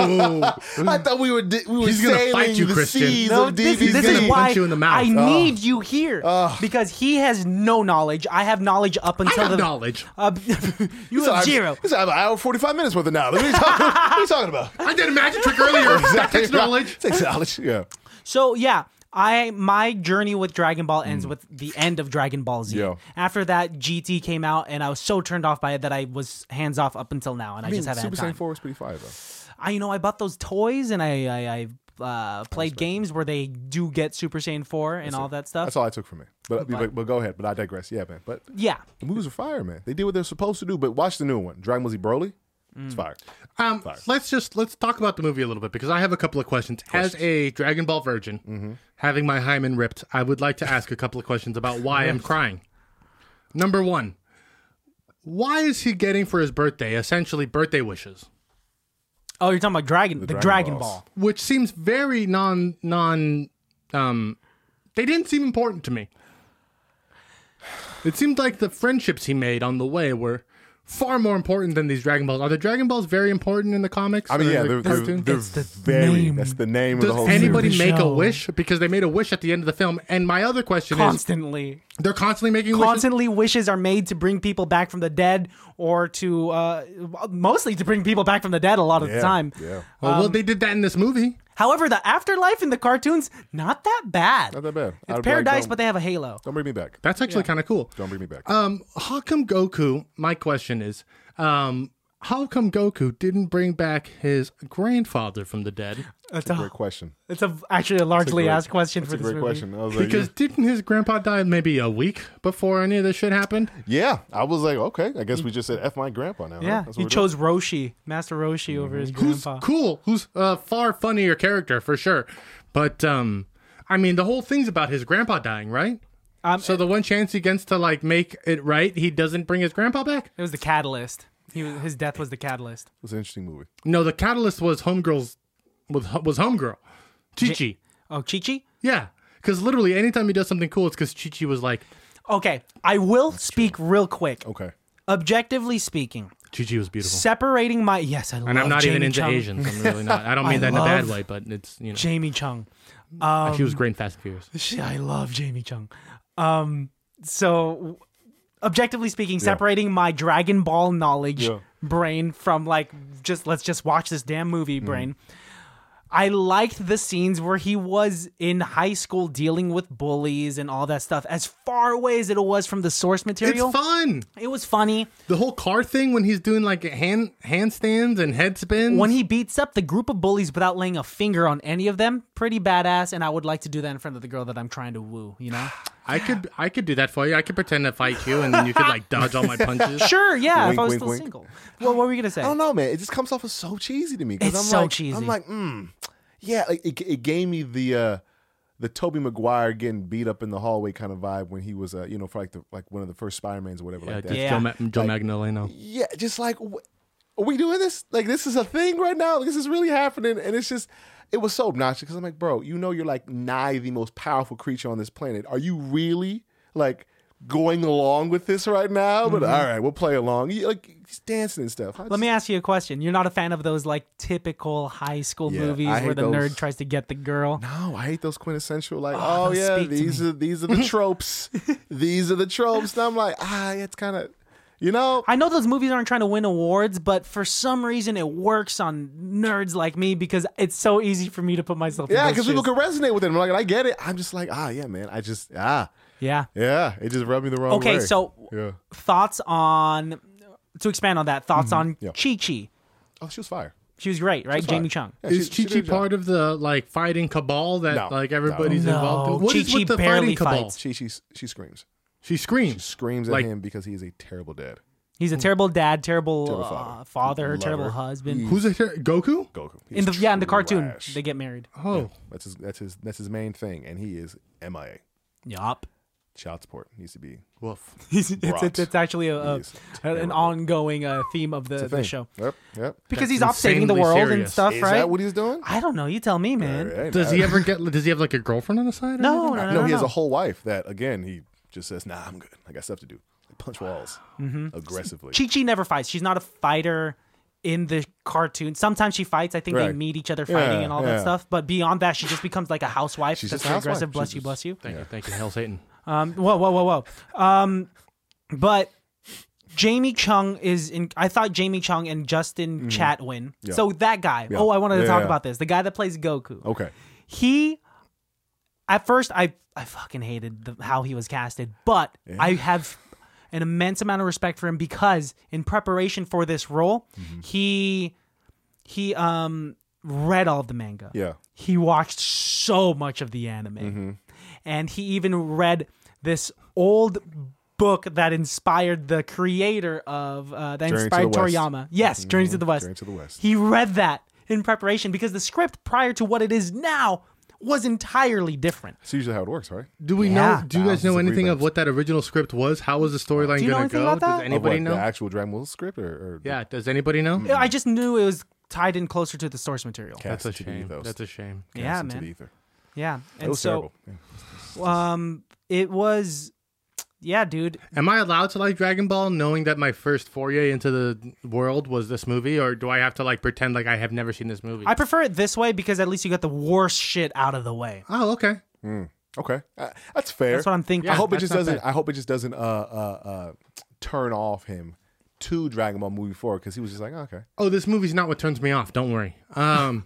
S3: Oh,
S4: I thought we were di- we were
S3: He's gonna
S4: sailing
S3: fight you,
S4: the
S3: Christian.
S4: seas
S2: No,
S4: of
S2: this,
S4: DBZ.
S2: this
S3: He's
S2: is
S3: gonna
S2: why
S3: punch you in the mouth.
S2: I need you here because he has no knowledge. I have knowledge up until
S3: have
S2: the
S3: knowledge.
S2: Uh, you
S4: So
S2: have
S4: I'm-
S2: zero.
S4: It's an hour forty five minutes worth of knowledge. What are you talking, what are you talking about?
S3: I did a magic trick earlier. that takes knowledge.
S4: Takes knowledge. Yeah.
S2: So yeah, I my journey with Dragon Ball ends with the end of Dragon Ball Z.
S4: Mm. Yeah.
S2: After that, GT came out, and I was so turned off by it that I was hands off up until now, and I, just haven't
S4: Super
S2: had time. Oh.
S4: Saiyan Four was pretty fire though.
S2: I you know I bought those toys, and I I, I uh, played games where they do get Super Saiyan Four and all that stuff.
S4: That's all I took from it. But, but but go ahead. But I digress. Yeah, man. But
S2: Yeah.
S4: the movies are fire, man. They did what they're supposed to do. But watch the new one, Dragon Ball Z Broly.
S2: Mm.
S4: It's fire.
S3: Um, let's just let's talk about the movie a little bit because I have a couple of questions. As a Dragon Ball virgin,
S4: Mm-hmm.
S3: having my hymen ripped, I would like to ask a couple of questions about why I'm crying. Number one, why is he getting for his birthday essentially birthday wishes,
S2: Oh, you're talking about Dragon, the,
S4: Dragon
S2: Dragon
S4: Balls.
S2: Ball.
S3: which seems very non non. Um, they didn't seem important to me. It seemed like the friendships he made on the way were far more important than these Dragon Balls. Are the Dragon Balls very important in the comics?
S4: I mean,
S3: or
S4: yeah,
S3: the
S4: they're, they're,
S3: cartoon?
S4: they're
S2: It's the
S4: very.
S2: name.
S4: That's the name of the
S3: Does
S4: whole
S3: anybody
S4: series.
S3: make a
S2: show.
S3: wish? Because they made a wish at the end of the film. And my other question
S2: Constantly,
S3: is, they're constantly making wishes.
S2: constantly wishes are made to bring people back from the dead, or to uh, mostly to bring people back from the dead a lot of
S4: Yeah,
S2: the time.
S4: yeah.
S3: Oh, well, they did that in this movie.
S2: However, the afterlife in the cartoons not that bad.
S4: Not that bad. I'd be
S2: It's
S4: like, um,
S2: paradise,
S4: don't-
S2: but they have a halo.
S4: Don't bring me back.
S3: That's actually kind of cool.
S4: Don't bring me
S2: Uh,
S4: back.
S3: Um, how come Goku? My question is, um, how come Goku didn't bring back his grandfather from the dead?
S2: It's a,
S4: great question.
S2: it's a actually a largely
S4: great-
S2: asked question for
S4: That's a
S2: this
S4: great
S2: movie.
S4: question. I was like,
S3: Because didn't his grandpa die maybe a week before any of this shit happened?
S4: yeah, I was like, okay, I guess we just said f my grandpa now. huh?
S2: Yeah,
S4: That's what Mm-hmm.
S2: he
S4: we're doing.
S2: chose Roshi, Master Roshi, over his
S3: Who's
S2: grandpa.
S3: cool? Who's a far funnier character for sure? But um, I mean, the whole thing's about his grandpa dying, right?
S2: Um,
S3: So the one chance he gets to like make it right, he doesn't bring his grandpa back.
S2: It was the catalyst. He was, his death was the catalyst.
S4: It was an interesting movie.
S3: No, the catalyst was homegirl's was was homegirl, Chi Chi.
S2: Oh, Chi Chi?
S3: Yeah, because literally anytime he does something cool, it's because Chi Chi was like
S2: Okay, I will speak real quick.
S4: Okay.
S2: Objectively speaking,
S4: Oh.
S3: Chi Chi was beautiful,
S2: separating my yes, I love
S3: and I'm not even
S2: Jamie
S3: into
S2: Chung.
S3: Asians. I'm really not. I don't mean
S2: I
S3: that in a bad
S2: love
S3: way, but it's you know
S2: Jamie Chung.
S3: she was great in Fast and Furious.
S2: She- I love Jamie Chung. Um, so objectively speaking, separating my Dragon Ball knowledge
S4: Yeah.
S2: brain from like just let's just watch this damn movie
S4: Mm-hmm.
S2: brain. I liked the scenes where he was in high school dealing with bullies and all that stuff as far away as it was from the source material.
S3: It's fun.
S2: It was funny.
S3: The whole car thing when he's doing like hand handstands and head spins.
S2: When he beats up the group of bullies without laying a finger on any of them, pretty badass. And I would like to do that in front of the girl that I'm trying to woo, you know?
S3: I could I could do that for you. I could pretend to fight you, and then you could like dodge all my punches.
S2: Sure, yeah, if
S4: Wink,
S2: I was
S4: wink,
S2: still
S4: wink. Uh,
S2: single. Well, what were you going to say?
S4: I don't know, man. It just comes off as so cheesy to me. 'cause
S2: It's
S4: I'm
S2: so
S4: like,
S2: cheesy.
S4: I'm like, mm, yeah. Like it, it gave me the uh, the Toby Maguire getting beat up in the hallway kind of vibe when he was, uh, you know, for like the like one of the first Spider Mans or whatever like that.
S2: Yeah.
S3: Joe, Ma- Joe Magdaleno.
S4: Yeah, just like, wh- are we doing this? Like, this is a thing right now. Like, this is really happening, and it's just, it was so obnoxious because I'm like, bro, you know, you're like nigh the most powerful creature on this planet. Are you really like going along with this right now? But all right, we'll play along. You- like, he's dancing and stuff.
S2: Mm-hmm.
S4: I
S2: Let
S4: just-
S2: me ask you a question. You're not a fan of those like typical high school
S4: Yeah,
S2: movies
S4: I
S2: where
S4: hate
S2: the
S4: those.
S2: nerd tries to get the girl.
S4: No, Oh, I hate those quintessential. Like, oh,
S2: those
S4: yeah,
S2: speak to
S4: these
S2: me.
S4: are these are the tropes. these are the tropes. And I'm like, ah, it's kind of, you know,
S2: I know those movies aren't trying to win awards, but for some reason it works on nerds like me because it's so easy for me to put myself. in
S4: yeah,
S2: those
S4: because people
S2: shoes.
S4: can resonate with it. I'm like, I get it. I'm just like, ah, yeah, man. I just ah,
S2: Yeah.
S4: yeah. It just rubbed me the wrong way.
S2: Okay, so
S4: yeah,
S2: thoughts on to expand on that. Thoughts on
S4: Mm-hmm. Yeah.
S2: Chi Chi.
S4: oh, she was fire.
S2: She was great, right? Jamie Chung.
S4: Yeah,
S3: Is
S4: she- she
S3: Chi Chi
S4: did a job.
S3: part of the like fighting cabal that
S4: No.
S3: like everybody's
S2: No.
S3: involved in? What is
S2: Chi-Chi
S3: with the
S2: barely
S3: fighting cabal?
S2: fights.
S4: She she she screams,
S3: She screams.
S4: screams at
S3: Like-
S4: him because he is a terrible dad.
S2: He's a terrible dad, terrible,
S4: Mm. Terrible
S2: father,
S4: father.
S2: uh, father
S4: Love
S2: terrible
S4: her.
S2: husband.
S3: Who's it? Here? Goku.
S4: Goku. He
S2: in the
S4: is
S2: yeah, in the cartoon,
S4: trash.
S2: they get married.
S3: Oh,
S4: That's his that's his that's his main thing, and he is MIA.
S2: Yup.
S4: Child support needs to be
S3: woof.
S2: He's, it's, it's,
S4: Rot.
S2: it's actually a, a,
S4: He's
S2: an
S4: terrible.
S2: ongoing uh, theme of the,
S4: the
S2: the
S4: thing.
S2: show
S4: Yep, yep.
S2: because
S3: That's
S2: he's off saving the
S3: insanely
S2: world and
S3: serious.
S2: stuff,
S4: Is
S2: right?
S4: that what he's doing?
S2: I don't know. You tell me, man.
S4: All right,
S3: Does
S4: I-
S3: he ever get? Does he have like a girlfriend on the side? or
S2: No, no,
S3: anything?
S2: no,
S4: no,
S2: no,
S4: he has
S2: no.
S4: a whole wife that again he just says, "Nah, I'm good. I got stuff to do." Like punch walls
S2: Mm-hmm.
S4: aggressively.
S2: Chi Chi never fights. She's not a fighter in the cartoon. Sometimes she fights. I think they
S4: Right.
S2: meet each other fighting
S4: Yeah,
S2: and all that
S4: yeah.
S2: stuff. But beyond that, she just becomes like a housewife.
S4: She's
S2: that's
S4: just a housewife.
S2: aggressive. Bless
S4: She's
S2: you,
S4: just-
S2: bless you.
S3: Thank you, thank you, hell Satan.
S2: Um, whoa, whoa, whoa, whoa. Um, but Jamie Chung is in. I thought Jamie Chung and Justin Chatwin. So that guy. Oh, I wanted to
S4: Mm-hmm. Yeah,
S2: talk
S4: yeah.
S2: about this. The guy that plays Goku.
S4: Okay,
S2: he at first i i fucking hated the, how he was casted but i have an immense amount of respect for him because in preparation for this role he he um read all of the manga
S4: yeah,
S2: he watched
S4: Mm-hmm.
S2: so much of the anime and he even read this old book that inspired the creator of uh, that
S4: Journey to
S2: inspired
S4: the West. Mm-hmm.
S2: Toriyama. Yes, Journey to the West.
S4: Journey to the West.
S2: He read that in preparation because the script prior to what it is now was entirely different.
S4: That's usually how it works, right?
S3: Do we
S2: Yeah.
S3: know? Do you guys
S4: Thousands
S3: know
S4: of
S3: anything of
S4: reruns.
S3: what that original script was? How was the storyline
S2: Do you know
S3: gonna
S2: anything
S3: go?
S2: about that?
S3: Does
S2: Of
S4: Of
S3: anybody
S4: what,
S3: know?
S4: The Mm, actual Dragon Ball script or, or
S3: yeah. Does anybody know?
S4: Mm-hmm.
S2: I just knew it was tied in closer to the source material.
S3: That's a
S4: Cast into the
S3: shame.
S4: ethos.
S3: That's a shame.
S4: Cast
S2: Yeah,
S4: into
S2: man.
S4: the ether.
S2: Yeah,
S4: That
S2: and
S4: was
S2: so
S4: terrible. Yeah.
S2: um, it was, yeah, dude.
S3: Am I allowed to like Dragon Ball knowing that my first foray into the world was this movie, or do I have to like pretend like I have never seen this movie?
S2: I prefer it this way because at least you got the worst shit out of the way.
S3: oh, okay.
S4: Okay, uh, that's fair.
S2: That's what I'm thinking.
S4: I hope it
S3: that's
S4: just
S3: not
S4: doesn't. I hope it just doesn't uh, uh, uh, turn off him to Dragon Ball movie four because he was just like, oh, okay,
S3: Oh, this movie's not what turns me off. Don't worry. Um,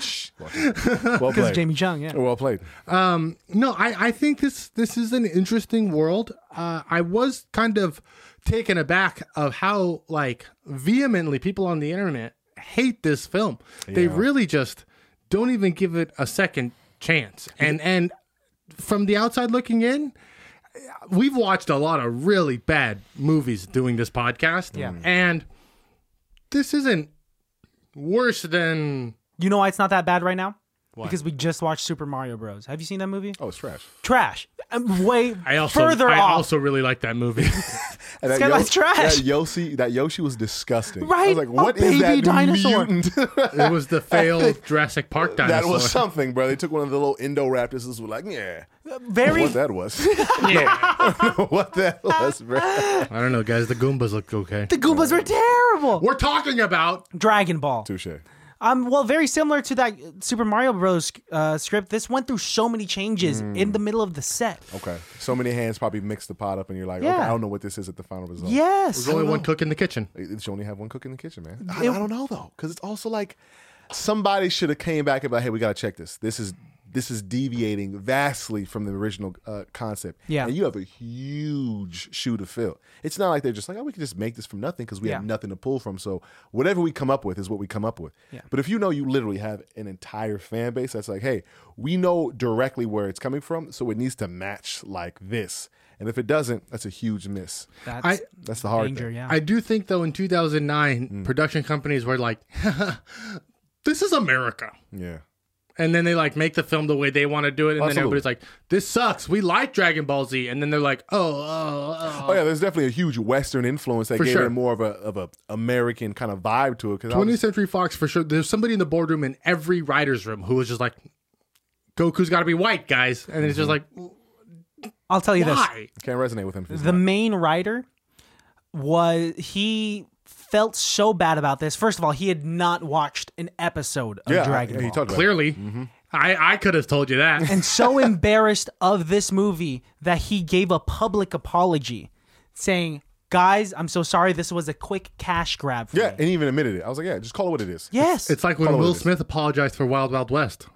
S4: well
S2: because
S4: played,
S2: Jamie Chung, yeah.
S4: well played.
S3: no, I, I think this this is an interesting world. Uh, I was kind of taken aback of how like vehemently people on the internet hate this film. They really just don't even give it a second chance. And and from the outside looking in, we've watched a lot of really bad movies doing this podcast. Mm.
S2: Yeah.
S3: and this isn't worse than
S2: You know why it's not that bad right now? Because we just watched Super Mario Bros. Have you seen that movie?
S4: Oh, it's trash.
S2: Trash. I'm way
S3: I also
S2: further
S3: I
S2: off.
S3: also really like that movie.
S4: And that,
S2: guy was trash.
S4: that Yoshi, that Yoshi was disgusting. I
S2: Right?
S4: was like,
S2: A
S4: what is
S2: baby
S4: that
S2: dinosaur.
S4: mutant?
S3: It was the failed Jurassic Park dinosaur.
S4: that was something, bro. They took one of the little Indoraptors and was like, yeah,
S2: Very.
S4: what that was, No, what that was, bro.
S3: I don't know, guys. The Goombas looked okay.
S2: The Goombas were terrible.
S3: We're talking about
S2: Dragon Ball.
S4: Touche.
S2: Um, well, very similar to that Super Mario Bros. Uh, script. This went through so many changes
S4: Hmm.
S2: in the middle of the set.
S4: Okay, so many hands probably mixed the pot up, and you're like, okay,
S2: Yeah.
S4: I don't know what this is at the final result.
S2: Yes.
S3: only one cook in the kitchen.
S4: It should only have one cook in the kitchen, man. I, I don't know though, because it's also like somebody should have came back and be like, "Hey, we gotta check this. This is this is deviating vastly from the original uh, concept."
S2: Yeah.
S4: and you have a huge shoe to fill. It's not like they're just like, "Oh, we can just make this from nothing" because we have
S2: Yeah.
S4: nothing to pull from. So whatever we come up with is what we come up with.
S2: Yeah.
S4: But if you know you literally have an entire fan base that's like, "Hey, we know directly where it's coming from, so it needs to match like this." And if it doesn't, that's a huge miss.
S2: That's
S3: I
S4: That's the hard
S2: danger.
S4: thing.
S2: Yeah.
S3: I do think though in 2009, production companies were like, "This is America,"
S4: Yeah.
S3: and then they like make the film the way they want to do it, and
S4: Absolutely.
S3: then everybody's like, "This sucks. We like Dragon Ball Z," and then they're like, "Oh, oh, oh."
S4: Oh yeah, there's definitely a huge Western influence that
S3: For
S4: gave
S3: sure.
S4: it more of a of a American kind of vibe to it. Because
S3: 20th Century Fox for sure. There's somebody in the boardroom in every writer's room who was just like, "Goku's got to be white, guys," and it's just like,
S2: I'll tell you this.
S3: "Why?"
S4: can't resonate with him. if he's
S2: the
S4: not.
S2: main writer was he felt so bad about this. First of all, he had not watched an episode of
S4: yeah,
S2: Dragon
S4: I-
S2: Ball.
S4: He talked about it.
S3: Clearly, I I could have told you that.
S2: and so embarrassed of this movie that he gave a public apology saying, Guys, I'm so sorry. This was a quick cash grab for
S4: Yeah,
S2: me.
S4: and he even admitted it. I was like, yeah, just call it what it is.
S2: Yes.
S3: It's like when
S4: Follow
S3: Will
S4: this.
S3: Smith apologized for Wild Wild West.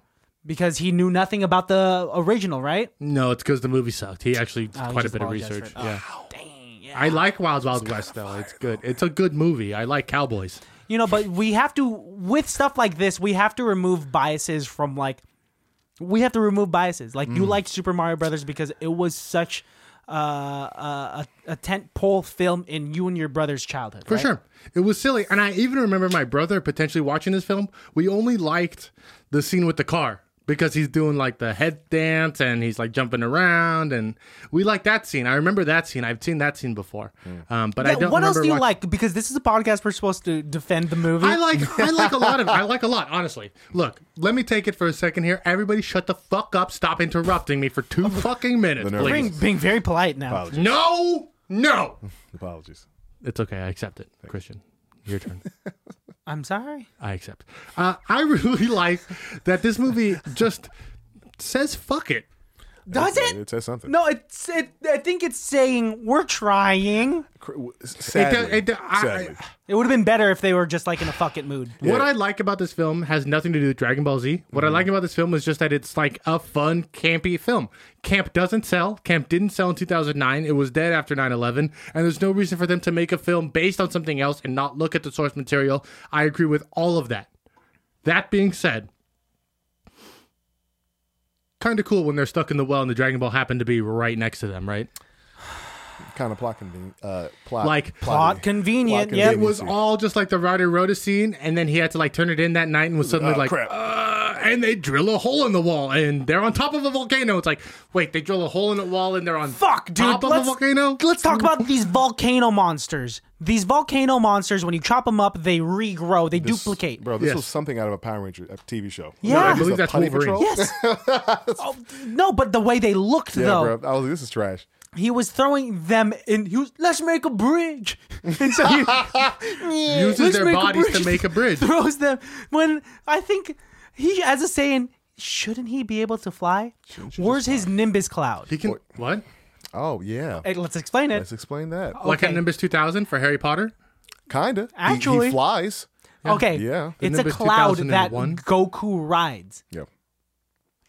S2: because he knew nothing about the original, right?
S3: No, it's because the movie sucked. He actually did
S2: he
S3: quite a
S2: just
S3: bit of
S2: apologized
S3: research.
S2: for it.
S3: Yeah.
S2: Dang. Yeah.
S3: I like Wild Wild West though. It's good. It's a good movie. I like cowboys.
S2: You know, but we have to with stuff like this, we have to remove biases from like we have to remove biases. Like
S3: Mm.
S2: you liked Super Mario Brothers because it was such uh, a a a tentpole film in you and your brother's childhood.
S3: For sure. It was silly. And I even remember my brother potentially watching this film. We only liked the scene with the car because he's doing like the head dance and he's like jumping around and we like that scene. I remember that scene. I've seen that scene before. Um, but I
S2: Yeah,
S3: don't
S2: what else
S3: remember
S2: do you
S3: watch-
S2: like? Because this is a podcast we're supposed to defend the movie.
S3: I like I like a lot of I like a lot, honestly. Look, let me take it for a second here. Everybody shut the fuck up. Stop interrupting me for two fucking minutes,
S4: nerve.
S2: being,
S3: please.
S2: being very polite now.
S3: No, no.
S4: Apologies.
S3: It's okay, I accept it. Christian. Your turn.
S2: I'm sorry.
S3: I accept. Uh, I really like that this movie just says fuck it.
S2: Does
S4: It,
S2: it?
S4: says something.
S2: No, it's it. I think it's saying we're trying.
S4: Cr- w- s-
S3: It
S4: Sadly,
S3: does, it do- I-
S4: sadly.
S3: I-
S2: It would have been better if they were just like in a fuck it mood.
S3: what I like about this film has nothing to do with Dragon Ball Z. What I like about this film is just that it's like a fun, campy film. Camp doesn't sell. Camp didn't sell in 2009. It was dead after 9 11. And there's no reason for them to make a film based on something else and not look at the source material. I agree with all of that. That being said, kind of cool when they're stuck in the well and the Dragon Ball happened to be right next to them, right?
S4: kind of plot convenient. Uh, plot
S3: Like,
S2: Plot convenient.
S4: convenient. Plot
S2: Yeah.
S3: It was all just like the Rowdy Rhoda scene, and then he had to like turn it in that night and was suddenly
S4: Oh,
S3: like,
S4: crap.
S3: Uh, and they drill a hole in the wall, and they're on top of a volcano. It's like, wait, they drill a hole in the wall, and they're on
S2: Fuck, dude.
S3: top of a
S2: let's,
S3: volcano.
S2: let's talk about these volcano monsters. These volcano monsters, when you chop them up, they regrow, they duplicate.
S4: Bro, this
S3: Yes.
S4: was something out of a Power Ranger a TV show.
S2: Yeah. I
S4: This
S3: believe
S4: is a
S3: that's
S4: Putty
S3: Wolverine.
S4: Patrol?
S2: Yes. oh, no, but the way they looked,
S4: Yeah,
S2: though,
S4: bro. I was like, this is trash.
S2: he was throwing them in. He was, let's make a bridge. And so he
S3: Uses
S2: let's
S3: their
S2: make a
S3: bodies to
S2: bridge.
S3: make a bridge.
S2: throws them. When I think he has a saying, shouldn't he be able to fly? Where's his Nimbus cloud?
S3: He can what?
S4: Oh yeah.
S2: Hey, let's explain it.
S4: Let's explain that.
S3: Like at
S2: Okay.
S3: Nimbus 2000 for Harry Potter.
S4: Kinda. He- he,
S2: Actually-
S4: flies.
S2: Okay.
S4: Yeah. The
S2: It's a
S3: Nimbus
S2: cloud that
S3: 2001.
S2: Goku rides.
S4: Yeah.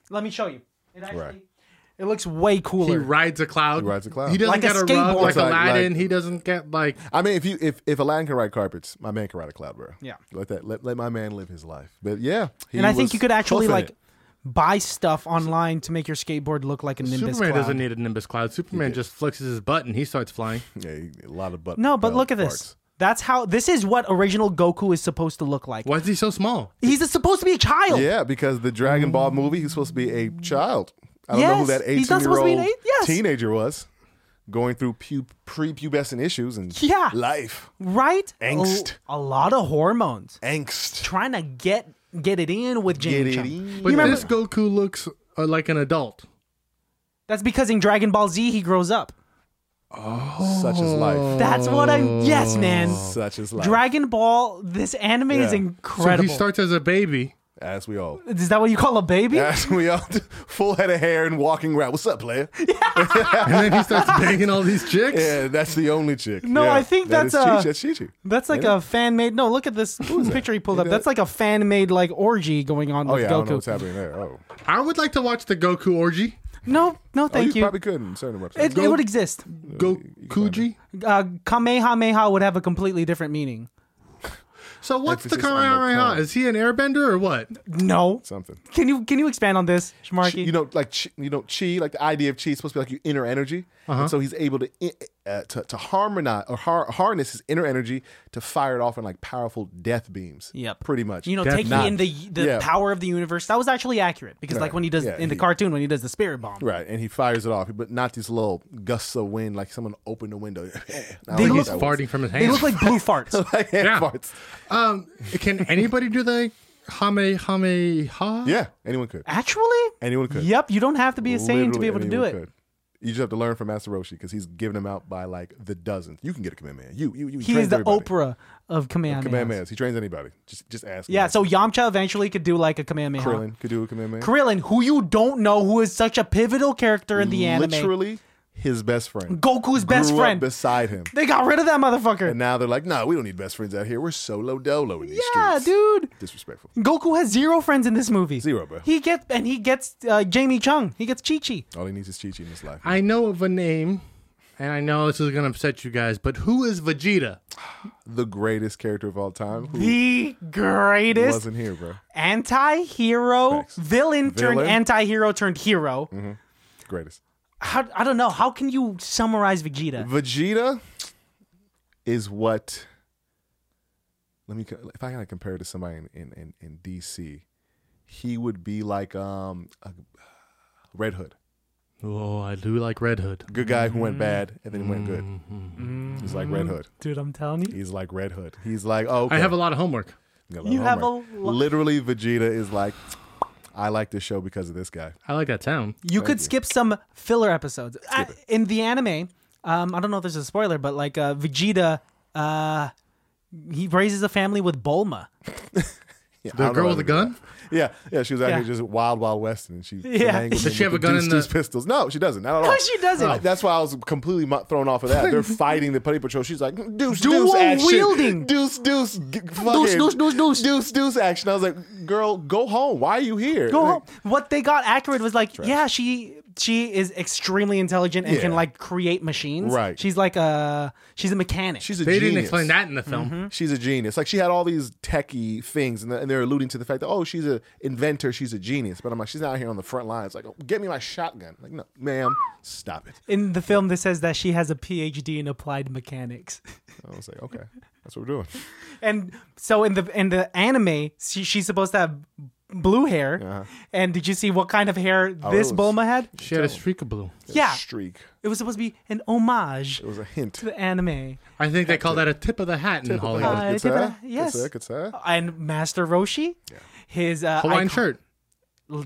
S2: Let me show you. It actually
S4: Right.
S2: it looks way cooler.
S3: He rides a cloud. He
S4: rides a cloud.
S3: He doesn't
S2: Like a
S3: get a, rug
S2: skateboard.
S3: like
S4: Like-
S3: Aladdin.
S4: like-
S3: he doesn't get like
S4: I mean, if you if if Aladdin can ride carpets, my man can ride a cloud, bro.
S2: Yeah.
S4: Let that let, let my man live his life. But yeah, he
S2: and I think
S4: was
S2: you could actually
S4: hoofing
S2: like
S4: it.
S2: buy stuff online to make your skateboard look like a Nimbus cloud.
S3: Superman doesn't need a Nimbus cloud. Superman just flexes his butt and he starts flying.
S4: yeah, a lot of butt. uh,
S2: no, but
S4: belt
S2: look at this.
S4: farts.
S2: That's how this is what original Goku is supposed to look like.
S3: Why is he so small?
S2: He's a- supposed to be a child.
S4: Yeah, because the Dragon Ball movie, he's supposed to be a child. I don't know who
S2: Yes,
S4: that
S2: he's not supposed to be an
S4: eighteen-year-old
S2: eight- yes.
S4: teenager was, going through pu- prepubescent issues and
S2: Yeah.
S4: life
S2: Right? A-
S4: Angst.
S2: A, lot of hormones.
S4: angst.
S2: Trying to get get it in with Jimmy
S4: Get it
S2: Chung.
S4: in.
S3: But
S2: You remember-
S3: this Goku looks uh, like an adult.
S2: That's because in Dragon Ball Z he grows up.
S4: Such is life.
S2: That's what
S4: Oh,
S2: I'm Yes, man.
S4: Such is life.
S2: Dragon Ball, this anime is
S4: Yeah.
S3: So
S2: incredible.
S3: he starts as a baby.
S4: as we all.
S2: is that what you call a baby?
S4: As we all do. Full head of hair and walking around. What's up, player?
S3: and then he starts banging all these chicks.
S4: Yeah, that's the only chick.
S2: No,
S4: Yeah,
S2: I think
S4: that
S2: that's uh,
S4: is
S2: a-
S4: Chi- that's Chi-Chi.
S2: That's like a fan made. No, look at this picture he pulled up. That's like a fan made like orgy going on
S4: Oh
S2: with
S4: yeah, I don't know what's
S2: Goku.
S4: happening there. Oh, Oh,
S3: I would like to watch the Goku orgy.
S2: No, no, thank you.
S4: probably couldn't. in Certain websites.
S2: It, it would exist.
S3: Gokuji.
S2: Uh, Kamehameha would have a completely different meaning.
S3: So what's the
S4: Emphasis on the
S3: Kamehameha?
S4: Ka.
S3: Is he an airbender or what?
S2: No.
S4: Something.
S2: Can you can you expand on this,
S4: Chi-
S2: Shmarky?
S4: You know, like chi, you know, chi, like the idea of chi is supposed to be like your inner energy,
S2: Uh-huh.
S4: and so he's able to i- uh, to, to harmonize or har- harness his inner energy to fire it off in like powerful death beams.
S2: Yep.
S4: pretty much.
S2: You know,
S3: Death
S2: taking
S3: Knot.
S2: in the the
S4: Yeah.
S2: power of the universe. That was actually accurate because, like, when he does
S4: Yeah,
S2: in the
S4: he-
S2: cartoon, when he does the spirit bomb,
S4: right, and he fires it off, but not these little gusts of wind like someone opened a window. Not
S2: They
S4: like
S2: look-
S3: He's
S4: that was-
S3: farting from his
S2: they
S3: hand.
S2: look like blue farts.
S4: like hand
S3: Yeah.
S4: farts.
S3: um, can anybody do the Kamehameha?
S4: Yeah, anyone could.
S2: Actually,
S4: Anyone could.
S2: Yep, you don't have to be a saint to be able
S4: Literally
S2: to do it.
S4: anyone could. You just have to learn from Master Roshi because he's giving them out by like the dozens. You can get a command man. You, you, you.
S2: He is the Oprah of Kamehameha.
S4: Command man. He trains anybody. Just, just ask.
S2: Yeah,
S4: him.
S2: so Yamcha eventually could do like a Kamehameha. Krillin.
S4: Krillin could do a command man.
S2: who you don't know, who is such a pivotal character in the anime.
S4: Literally, his best friend.
S2: Goku's best
S4: Grew up
S2: friend.
S4: beside him.
S2: they got rid of that motherfucker.
S4: And now they're like, nah, we don't need best friends out here. We're solo dolo in these
S2: yeah,
S4: streets.
S2: dude.
S4: Disrespectful.
S2: Goku has zero friends in this movie.
S4: Zero, bro.
S2: He gets and he gets uh, Jamie Chung. He gets Chi Chi.
S4: All he needs is Chi Chi in his life.
S3: I know of a name, and I know this is gonna upset you guys, but who is Vegeta?
S4: the greatest character of all time who
S2: The greatest
S4: wasn't here, bro.
S2: anti-hero
S4: Facts.
S2: villain, turned
S4: Villain. Mm-hmm.
S2: anti-hero turned hero.
S4: Greatest.
S2: How, I don't know. How can you summarize Vegeta?
S4: Vegeta is what. Let me. co- If I gotta compare it to somebody in in, in, in DC, he would be like um, a, Red Hood,
S3: Oh, I do like Red Hood.
S4: good guy who went bad and then he went good.
S3: Mm-hmm.
S4: He's like Red Hood.
S2: Dude, I'm telling you.
S4: He's like Red Hood. He's like oh,
S3: I have a lot of homework.
S2: You have a lo-
S4: literally Vegeta is like, I like this show because of this guy.
S3: I like that town.
S2: You could skip some filler episodes I- in the anime. Um, I don't know if there's a spoiler, but like uh, Vegeta, uh, he raises a family with Bulma.
S4: Yeah,
S3: The
S4: I don't know
S3: girl
S4: why
S3: with the
S4: they did
S3: gun.
S4: that. Yeah, yeah, she was out
S2: Yeah.
S4: here just wild, wild west, and she
S2: Yeah.
S4: mangled
S2: Does
S4: him
S3: she
S4: with
S3: have a gun
S4: deuce,
S3: in the-
S4: deuce pistols? No, she doesn't. Not at all.
S2: course she doesn't.
S4: Uh, That's why I was completely mu- thrown off of that. They're fighting the putty patrol. She's like deuce,
S2: Dual
S4: deuce action,
S2: wielding.
S4: deuce, deuce, g-
S2: Deuce,
S4: fucking
S2: deuce, deuce, deuce.
S4: deuce, deuce action. I was like, girl, go home. Why are you here?
S2: Go
S4: Like,
S2: home. What they got accurate was like, yeah, she she is extremely intelligent and
S4: Yeah.
S2: can like create machines.
S4: Right.
S2: She's like a she's a mechanic.
S4: She's a
S3: They
S4: genius. Mm-hmm.
S3: didn't explain that in the film.
S4: She's a genius. Like she had all these techie things, and, and they're alluding to the fact that oh, she's an inventor, she's a genius. But I'm like, she's out here on the front lines. Like, oh, get me my shotgun. Like, no, ma'am, stop it.
S2: in the film that says that she has a PhD in applied mechanics.
S4: I was like, okay, that's what we're doing.
S2: and so in the in the anime, she, she's supposed to have blue hair. And did you see what kind of hair this
S4: Uh-huh. Oh, it was-
S2: Bulma had?
S3: She had a streak of blue.
S2: yeah.
S4: streak.
S2: It was supposed to be an homage
S4: It was a hint.
S2: to the anime.
S3: I think they call that a tip of the hat in Hollywood.
S2: hat.
S4: Good
S2: Uh,
S4: sir.
S2: yes. Uh,
S4: Good sir. Good sir.
S2: And Master Roshi, his uh,
S3: Hawaiian
S2: icon-
S3: shirt.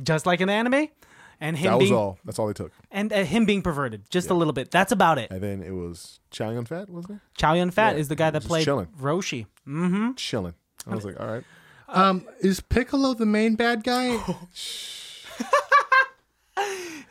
S2: just like an anime, and him
S4: That was
S2: being
S4: all. That's all they took.
S2: and uh, him being perverted just a little bit. That's about it.
S4: And then it was Chow Yun Fat, wasn't
S2: Chow Yun Fat
S4: Yeah,
S2: is the guy that
S4: just
S2: played
S4: chilling.
S2: Roshi.
S4: it? Chilling. I was like, all right.
S3: Um, is Piccolo the main bad guy?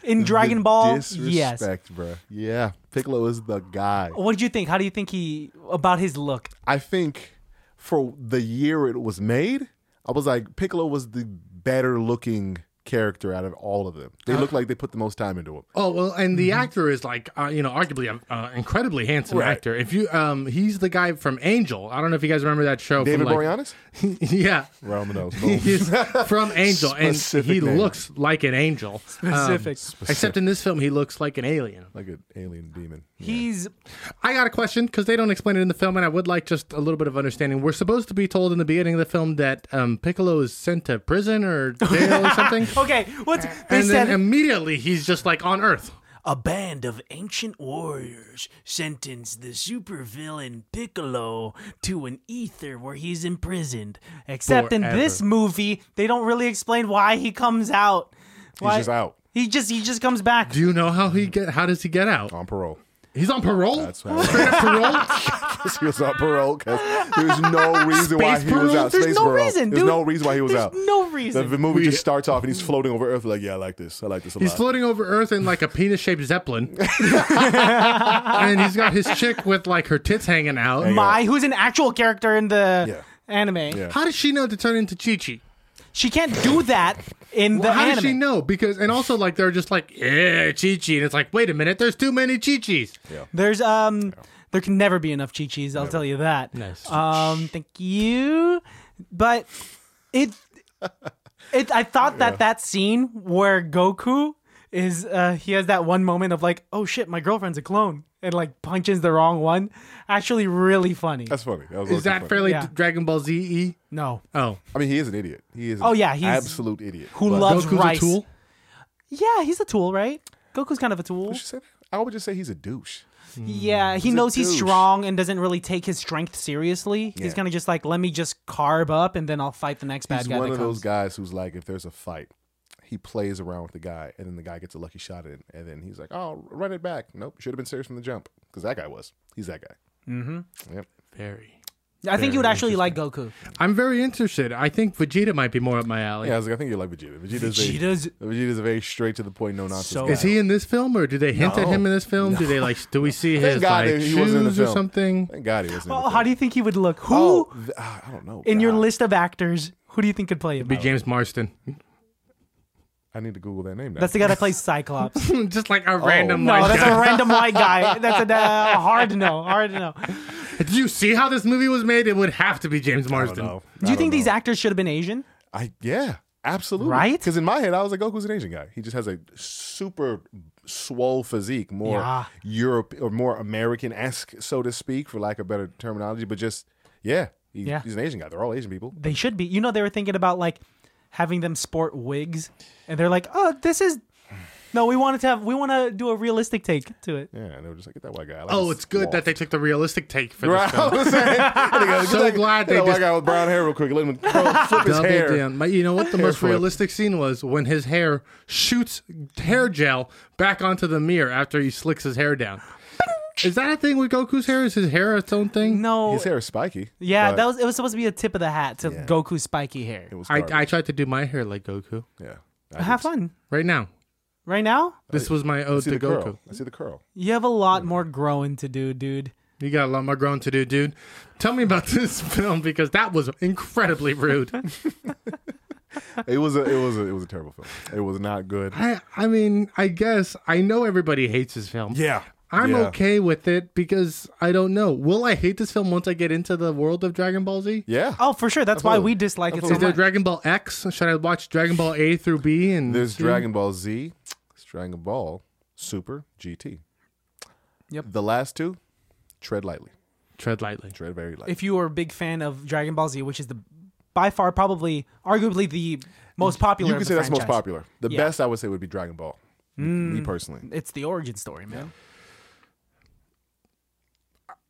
S2: in Dragon Ball. Yes.
S4: Disrespect, bruh. Yeah. Piccolo is the guy.
S2: What did you think? How do you think he about his look?
S4: I think for the year it was made, I was like, Piccolo was the better looking character out of all of them.
S2: Uh-huh.
S4: They look like they put the most time into him.
S3: Oh well, and the actor is like uh, you know, arguably an uh, incredibly handsome
S4: Mm-hmm. Right.
S3: actor. If you um, he's the guy from Angel. I don't know if you guys remember that show.
S4: David
S3: from, like,
S4: Boreanaz?
S3: yeah,
S4: Round the nose.
S3: he's
S4: Boom.
S3: from Angel, and
S4: Specific
S3: he
S4: name.
S3: looks like an angel. Um,
S2: Specific.
S3: except in this film, he looks like an alien.
S4: like an alien demon.
S2: He's
S3: I got a question because they don't explain it in the film, and I would like just a little bit of understanding. We're supposed to be told in the beginning of the film that um, Piccolo is sent to prison or jail or something,
S4: Oh,
S2: okay. What's they
S3: and
S2: said?
S3: then immediately he's just like on Earth.
S2: a band of ancient warriors sentenced the supervillain Piccolo to an ether where he's imprisoned. Except in this movie, they don't really explain why he comes out. Why-
S4: just out.
S2: He just he just comes back.
S3: Do you know how he get? How does he get out?
S4: On parole.
S3: He's on parole.
S4: Oh, That's why.
S3: Straight up parole.
S4: he was on parole because there's no reason why
S3: Space
S4: he was
S3: parole?
S4: out.
S2: There's
S4: Space
S2: no
S4: parole.
S2: reason,
S4: There's
S2: dude.
S4: no reason why he was
S2: There's
S4: out.
S2: no
S4: The,
S2: reason.
S4: the movie just starts off and he's floating over Earth like, yeah, I like this. I like this a
S3: He's
S4: lot.
S3: floating over Earth in like a penis-shaped zeppelin, and he's got his chick with like her tits hanging out.
S2: Mai, who's an actual character in the
S4: Yeah.
S2: anime,
S3: How does she know to turn into Chi Chi?
S2: she can't do that in the
S3: How
S2: anime.
S3: does she know? Because and also like they're just like yeah, Chi Chi, and it's like wait a minute, there's too many Chi Chis.
S2: There's um there can never be enough Chi-Chis, I'll tell you that.
S3: Nice.
S2: Um thank you. But it it I thought that that scene where Goku is uh he has that one moment of like, "Oh shit, my girlfriend's a clone." And like punches the wrong one. Actually really funny.
S4: That's funny. That was
S3: Is
S4: also
S3: that
S4: funny.
S3: fairly
S2: Yeah.
S3: Dragon Ball Z? E?
S2: no.
S3: Oh,
S4: I mean, he is an idiot. He is.
S2: Oh, yeah, he's-
S4: absolute idiot.
S2: Who
S4: But-
S2: loves
S3: Goku's
S2: rice?
S3: a tool.
S2: Yeah, he's a tool, right? Goku's kind of a tool.
S4: Would you say that? I would just say he's a douche.
S2: Yeah, he
S4: a
S2: knows he's
S4: douche.
S2: strong and doesn't really take his strength seriously. He's
S4: Yeah.
S2: kind of just like, let me just carve up and then I'll fight the next bad
S4: He's
S2: guy.
S4: one
S2: that
S4: of those
S2: comes.
S4: guys who's like, if there's a fight, he plays around with the guy, and then the guy gets a lucky shot in, and then he's like, "Oh, run it back." Nope, should have been serious from the jump because that guy was. He's that guy. Mm-hmm. Yep.
S3: Very.
S2: I think you would actually like Goku.
S3: I'm very interested. I think Vegeta might be more up my alley.
S4: Yeah, I was like, I think you like Vegeta. Vegeta's,
S2: Vegeta's-
S4: a, Vegeta's a very straight to the point, no nonsense.
S2: So-
S4: guy.
S3: Is he in this film, or do they hint at
S4: No.
S3: him in this film? Do they like? Do we see his
S4: God
S3: like
S4: that he wasn't in the
S3: shoes or
S4: film.
S3: something?
S4: Thank God he wasn't.
S2: Oh, how do you think he would look? Who
S4: th- ah, I don't know.
S2: in your
S4: God.
S2: list of actors? Who do you think could play him?
S3: Be James Marston,
S4: I need to Google that name now.
S2: That's the guy that plays Cyclops.
S3: just like a
S4: Oh,
S3: random.
S2: no,
S3: white
S2: that's
S3: guy.
S2: a random white guy. That's a uh, hard no. Hard no.
S3: Did you see how this movie was made? It would have to be James
S4: I don't
S3: Marsden.
S4: know.
S2: Do you think these actors should have been Asian?
S4: I yeah, absolutely.
S2: Right?
S4: Because in my head, I was like, Goku's an Asian guy. He just has a super swole physique, more
S2: Yeah.
S4: Europe or more American esque, so to speak, for lack of better terminology. But just yeah, he-
S2: Yeah.
S4: he's an Asian guy. They're all Asian people.
S2: They should be. You know, they were thinking about like having them sport wigs, and they're like, "Oh, this is." No, we wanted to have. We want to do a realistic take to it.
S4: Yeah, and they were just like, get that white guy. I like
S3: Oh,
S4: his
S3: it's good
S4: wall."
S3: that they took the realistic take for this
S4: Right, I
S3: film.
S4: was saying, I'm
S3: So glad they
S4: that white
S3: just-
S4: guy with brown hair real quick. Let him curl- flip his
S3: Double
S4: hair.
S3: down. My- you know what the most
S4: flip.
S3: realistic scene was when his hair shoots hair gel back onto the mirror after he slicks his hair down. Is that a thing with Goku's hair? Is his hair its own thing?
S2: No,
S4: His hair is spiky.
S2: yeah,
S4: but
S2: that was it. Was supposed to be a tip of the hat to
S4: Yeah.
S2: Goku's spiky hair.
S4: It was
S3: I,
S4: garbage.
S3: I tried to do my hair like Goku.
S4: yeah. I
S2: Have
S4: did-
S2: fun
S3: Right now,
S2: right now.
S3: this was my ode
S4: Uh, See
S3: to
S4: the
S3: Goku.
S4: curl. I see the curl.
S2: You have a lot more growing to do, dude.
S3: You got a lot more growing to do, dude. Tell me about this film because that was incredibly rude.
S4: It was a it was a it was a terrible film. It was not good.
S3: I I mean, I guess I know everybody hates this film.
S4: Yeah.
S3: I'm
S4: Yeah.
S3: okay with it because I don't know. Will I hate this film once I get into the world of Dragon Ball Z?
S4: Yeah.
S2: Oh, for sure. That's why
S4: Absolutely.
S2: we dislike it so
S4: Absolutely.
S3: Is there
S2: much.
S3: Dragon Ball X? Should I watch Dragon Ball A through B? And
S4: There's
S3: C?
S4: Dragon Ball Z, there's Dragon Ball Super GT.
S2: Yep.
S4: The last two, tread lightly,
S3: Tread lightly.
S4: tread very lightly.
S2: if you are a big fan of Dragon Ball Z, which is the by far probably arguably the most popular,
S4: you can
S2: of
S4: say
S2: the
S4: that's the most
S2: franchise.
S4: popular. The
S2: Yeah. Mm.
S4: best I would say would be Dragon Ball. Me personally,
S2: It's the origin story, man.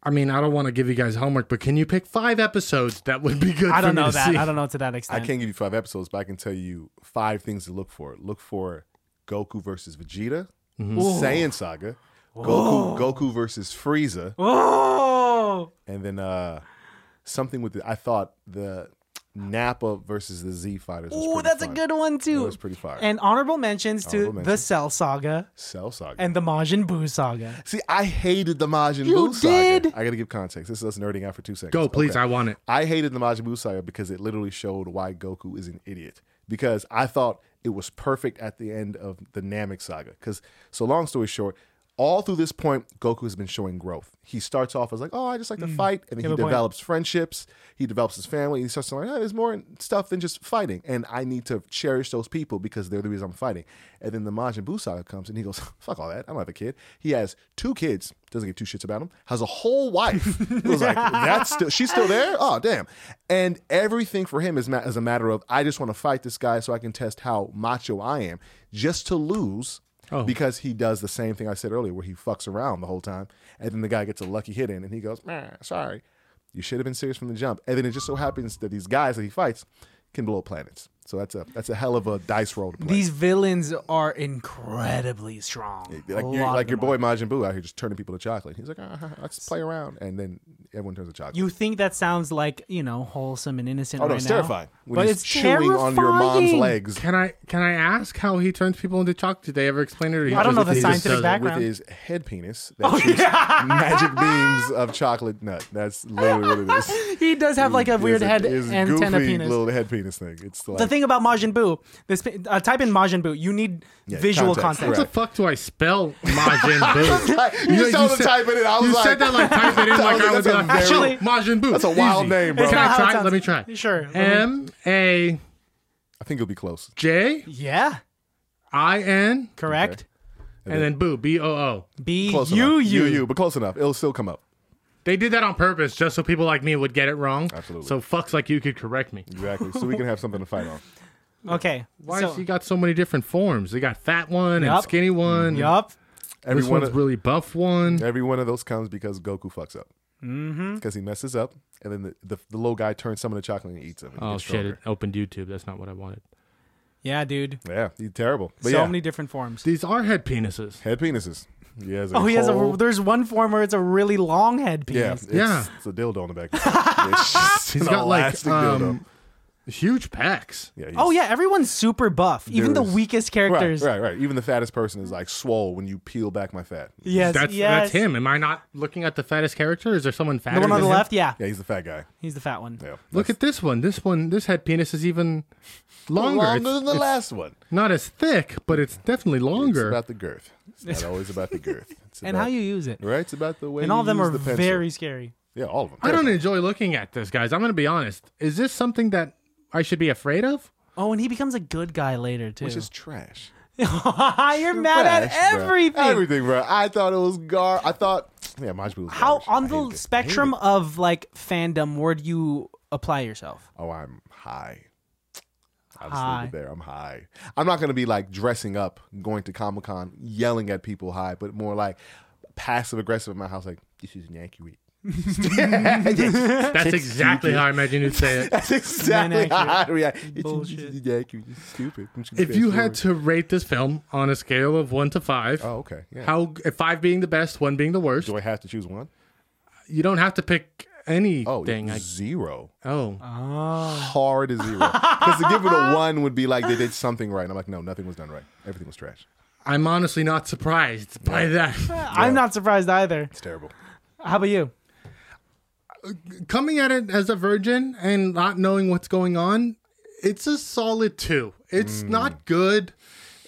S3: I mean, I don't want to give you guys homework, but can you pick five episodes that would be good?
S2: I
S3: for
S2: don't
S3: me
S2: know
S3: to
S2: that.
S3: see?
S2: I don't know to that extent.
S4: I can't give you five episodes, but I can tell you five things to look for. Look for Goku versus Vegeta, Mm-hmm. Saiyan Saga, Goku Goku versus Frieza,
S2: Oh,
S4: and then uh something with the, I thought the Nappa versus the Z Fighters. was
S2: Ooh,
S4: pretty
S2: that's a
S4: fun.
S2: good one too.
S4: That was pretty fire.
S2: And honorable mentions to
S4: Honorable
S2: the
S4: mentions.
S2: Cell Saga
S4: Cell Saga.
S2: and the Majin Buu Saga.
S4: See, I hated the Majin
S2: You
S4: Buu saga.
S2: did?
S4: I gotta give context. This is us nerding out for two seconds.
S3: Go, please.
S4: Okay.
S3: I want it.
S4: I hated the Majin Buu saga because it literally showed why Goku is an idiot. Because I thought it was perfect at the end of the Namek saga. Because so long story short, all through this point, Goku has been showing growth. He starts off as like, "Oh, I just like to fight," and then
S2: have
S4: he
S2: Mm. a point.
S4: develops friendships. He develops his family. He starts to learn, "Oh, there's more stuff than just fighting," and I need to cherish those people because they're the reason I'm fighting. And then the Majin Buu saga comes, and he goes, "Fuck all that! I don't have a kid." He has two kids. Doesn't give two shits about him. Has a whole wife. It was like that's still she's still there. Oh damn! And everything for him is ma- is a matter of I just want to fight this guy so I can test how macho I am, just to lose. Because he does the same thing I said earlier, where he fucks around the whole time, and then the guy gets a lucky hit in, and he goes, "Meh, "Sorry, you should have been serious from the jump." And then it just so happens that these guys that he fights can blow up planets. So that's a that's a hell of a dice roll to play.
S2: These villains are incredibly strong.
S4: like
S2: A
S4: your,
S2: lot of
S4: like your
S2: them
S4: boy Majin Buu out here just turning people to chocolate. He's like, ah, let's play around, and then everyone turns to chocolate.
S2: You think that sounds like you know wholesome and innocent?
S4: Oh no,
S2: right
S4: it's
S2: now,
S4: terrifying. When
S2: but
S4: he's
S2: it's
S4: chewing on your mom's
S2: terrifying.
S4: legs
S3: Can I can I ask how he turns people into chalk? Did they ever explain it? Or he
S2: I don't
S3: just-
S2: know the
S3: he just
S2: scientific
S3: does it?
S2: back-
S4: with
S2: Background. Oh,
S4: his head penis that shoots magic beams of chocolate nut. That's literally what it is.
S2: He does have like a
S4: It's
S2: weird head
S4: it's
S2: antenna
S4: goofy
S2: penis.
S4: Little head penis thing. It's like
S2: the thing about Majin Buu, this uh, type in Majin Buu, you need visual
S4: context,
S2: context.
S3: What the
S4: Right.
S3: fuck do I spell Majin Buu?
S4: you, just told him to
S3: said-
S4: type it in. I was
S3: you
S4: like,
S3: said that like type it in
S4: I was
S3: like I
S4: like,
S3: would be
S4: that's
S3: like,
S4: a
S2: very-
S3: actually Majin Buu.
S4: That's a wild
S3: Easy.
S4: name, bro.
S2: It's
S3: Can
S2: not
S3: I
S2: how it
S3: try?
S2: sounds.
S3: Let me try.
S2: Sure. Let me-
S3: M A
S4: I think it'll be close.
S3: J
S2: Yeah,
S3: I N
S2: correct.
S3: and then Boo B O O.
S2: B
S4: Close
S2: U
S4: enough.
S2: U.
S4: you you, but close enough. It'll still come up.
S3: They did that on purpose just so people like me would get it wrong.
S4: Absolutely.
S3: So fucks like you could correct me.
S4: Exactly. So we can have something to fight on.
S2: Okay.
S3: Why
S2: so,
S3: has he got so many different forms? They got fat one and
S2: Yup.
S3: skinny one.
S2: yup.
S4: Every
S3: This
S4: one,
S3: one's
S4: of,
S3: really buff one.
S4: every one of those comes because Goku fucks up. Mm-hmm. Because he messes up, and then the, the, the little guy turns some of the chocolate and eats him. and he
S3: Oh
S4: gets
S3: shit! It
S4: stronger.
S3: opened YouTube. That's not what I wanted.
S2: Yeah, dude.
S4: Yeah, he's terrible. But
S2: so
S4: yeah,
S2: many different forms.
S3: These are head penises.
S4: head penises. He has a
S2: Oh, he has a.
S4: whole-
S2: There's one form where it's a really long head
S4: Yeah,
S2: penis.
S4: it's,
S3: Yeah.
S4: It's a dildo on the back. It's just
S3: He's
S4: an
S3: got like
S4: elastic dildo.
S3: um, huge pecs.
S4: Yeah, he's-
S2: Oh yeah, everyone's super buff. Even the
S4: There's-
S2: weakest
S4: Right,
S2: characters.
S4: right, right. Even the fattest person is like swole when you peel back my fat.
S2: Yes,
S3: That's
S2: yes.
S3: that's him. Am I not looking at the fattest character? Is there someone fatter?
S2: The one on
S3: than
S2: the
S3: him?
S2: left, yeah,
S4: Yeah, he's the fat guy.
S2: he's the fat one.
S4: Yeah.
S3: Look at this one. This one. This head penis is even longer.
S4: longer
S3: It's-
S4: than the
S3: it's
S4: last one.
S3: Not as thick, but it's definitely
S4: It's
S3: longer.
S4: about the girth. It's not always about the girth. It's
S2: And
S4: about-
S2: how you use it.
S4: right? It's about the way.
S2: And
S4: you
S2: all of them
S4: use
S2: are
S4: the pencil.
S2: very scary.
S4: Yeah, all of them.
S3: I don't enjoy looking at this, guys. I'm gonna be honest. Is this something that I should be afraid of?
S2: Oh, and he becomes a good guy later too.
S4: Which is trash.
S2: You're mad at
S4: Trash, bruh.
S2: everything.
S4: Everything, bro. I thought it was gar. I thought. Yeah, Majin Buu was
S2: How
S4: garbage. I
S2: on
S4: hated
S2: the
S4: it.
S2: spectrum of like fandom, where do you apply yourself?
S4: oh, I'm high. I'll just
S2: High.
S4: leave it there. I'm high. I'm not going to be like dressing up, going to Comic Con, yelling at people high, but more like passive aggressive in my house, like, this is inaccurate.
S3: That's exactly how I imagine you'd say it.
S4: That's exactly
S2: Inaccurate.
S4: how I react. It's-
S2: Bullshit.
S4: It's inaccurate. It's stupid. I'm just gonna
S3: If you
S4: fast
S3: had to rate this film on a scale of one to five,
S4: forward. Oh, okay. Yeah.
S3: how if five being the best, one being the worst,
S4: Do I have to choose one?
S3: you don't have to pick anything.
S4: Oh,
S3: Oh,
S4: zero.
S3: oh.
S4: Hard as zero. Because to give it a one would be like they did something right. And I'm like, no, nothing was done right. Everything was trash.
S3: I'm honestly not surprised by that.
S2: I'm not surprised either.
S4: It's terrible.
S2: How about you?
S3: Coming at it as a virgin and not knowing what's going on, it's a solid two. It's
S4: Mm.
S3: not good.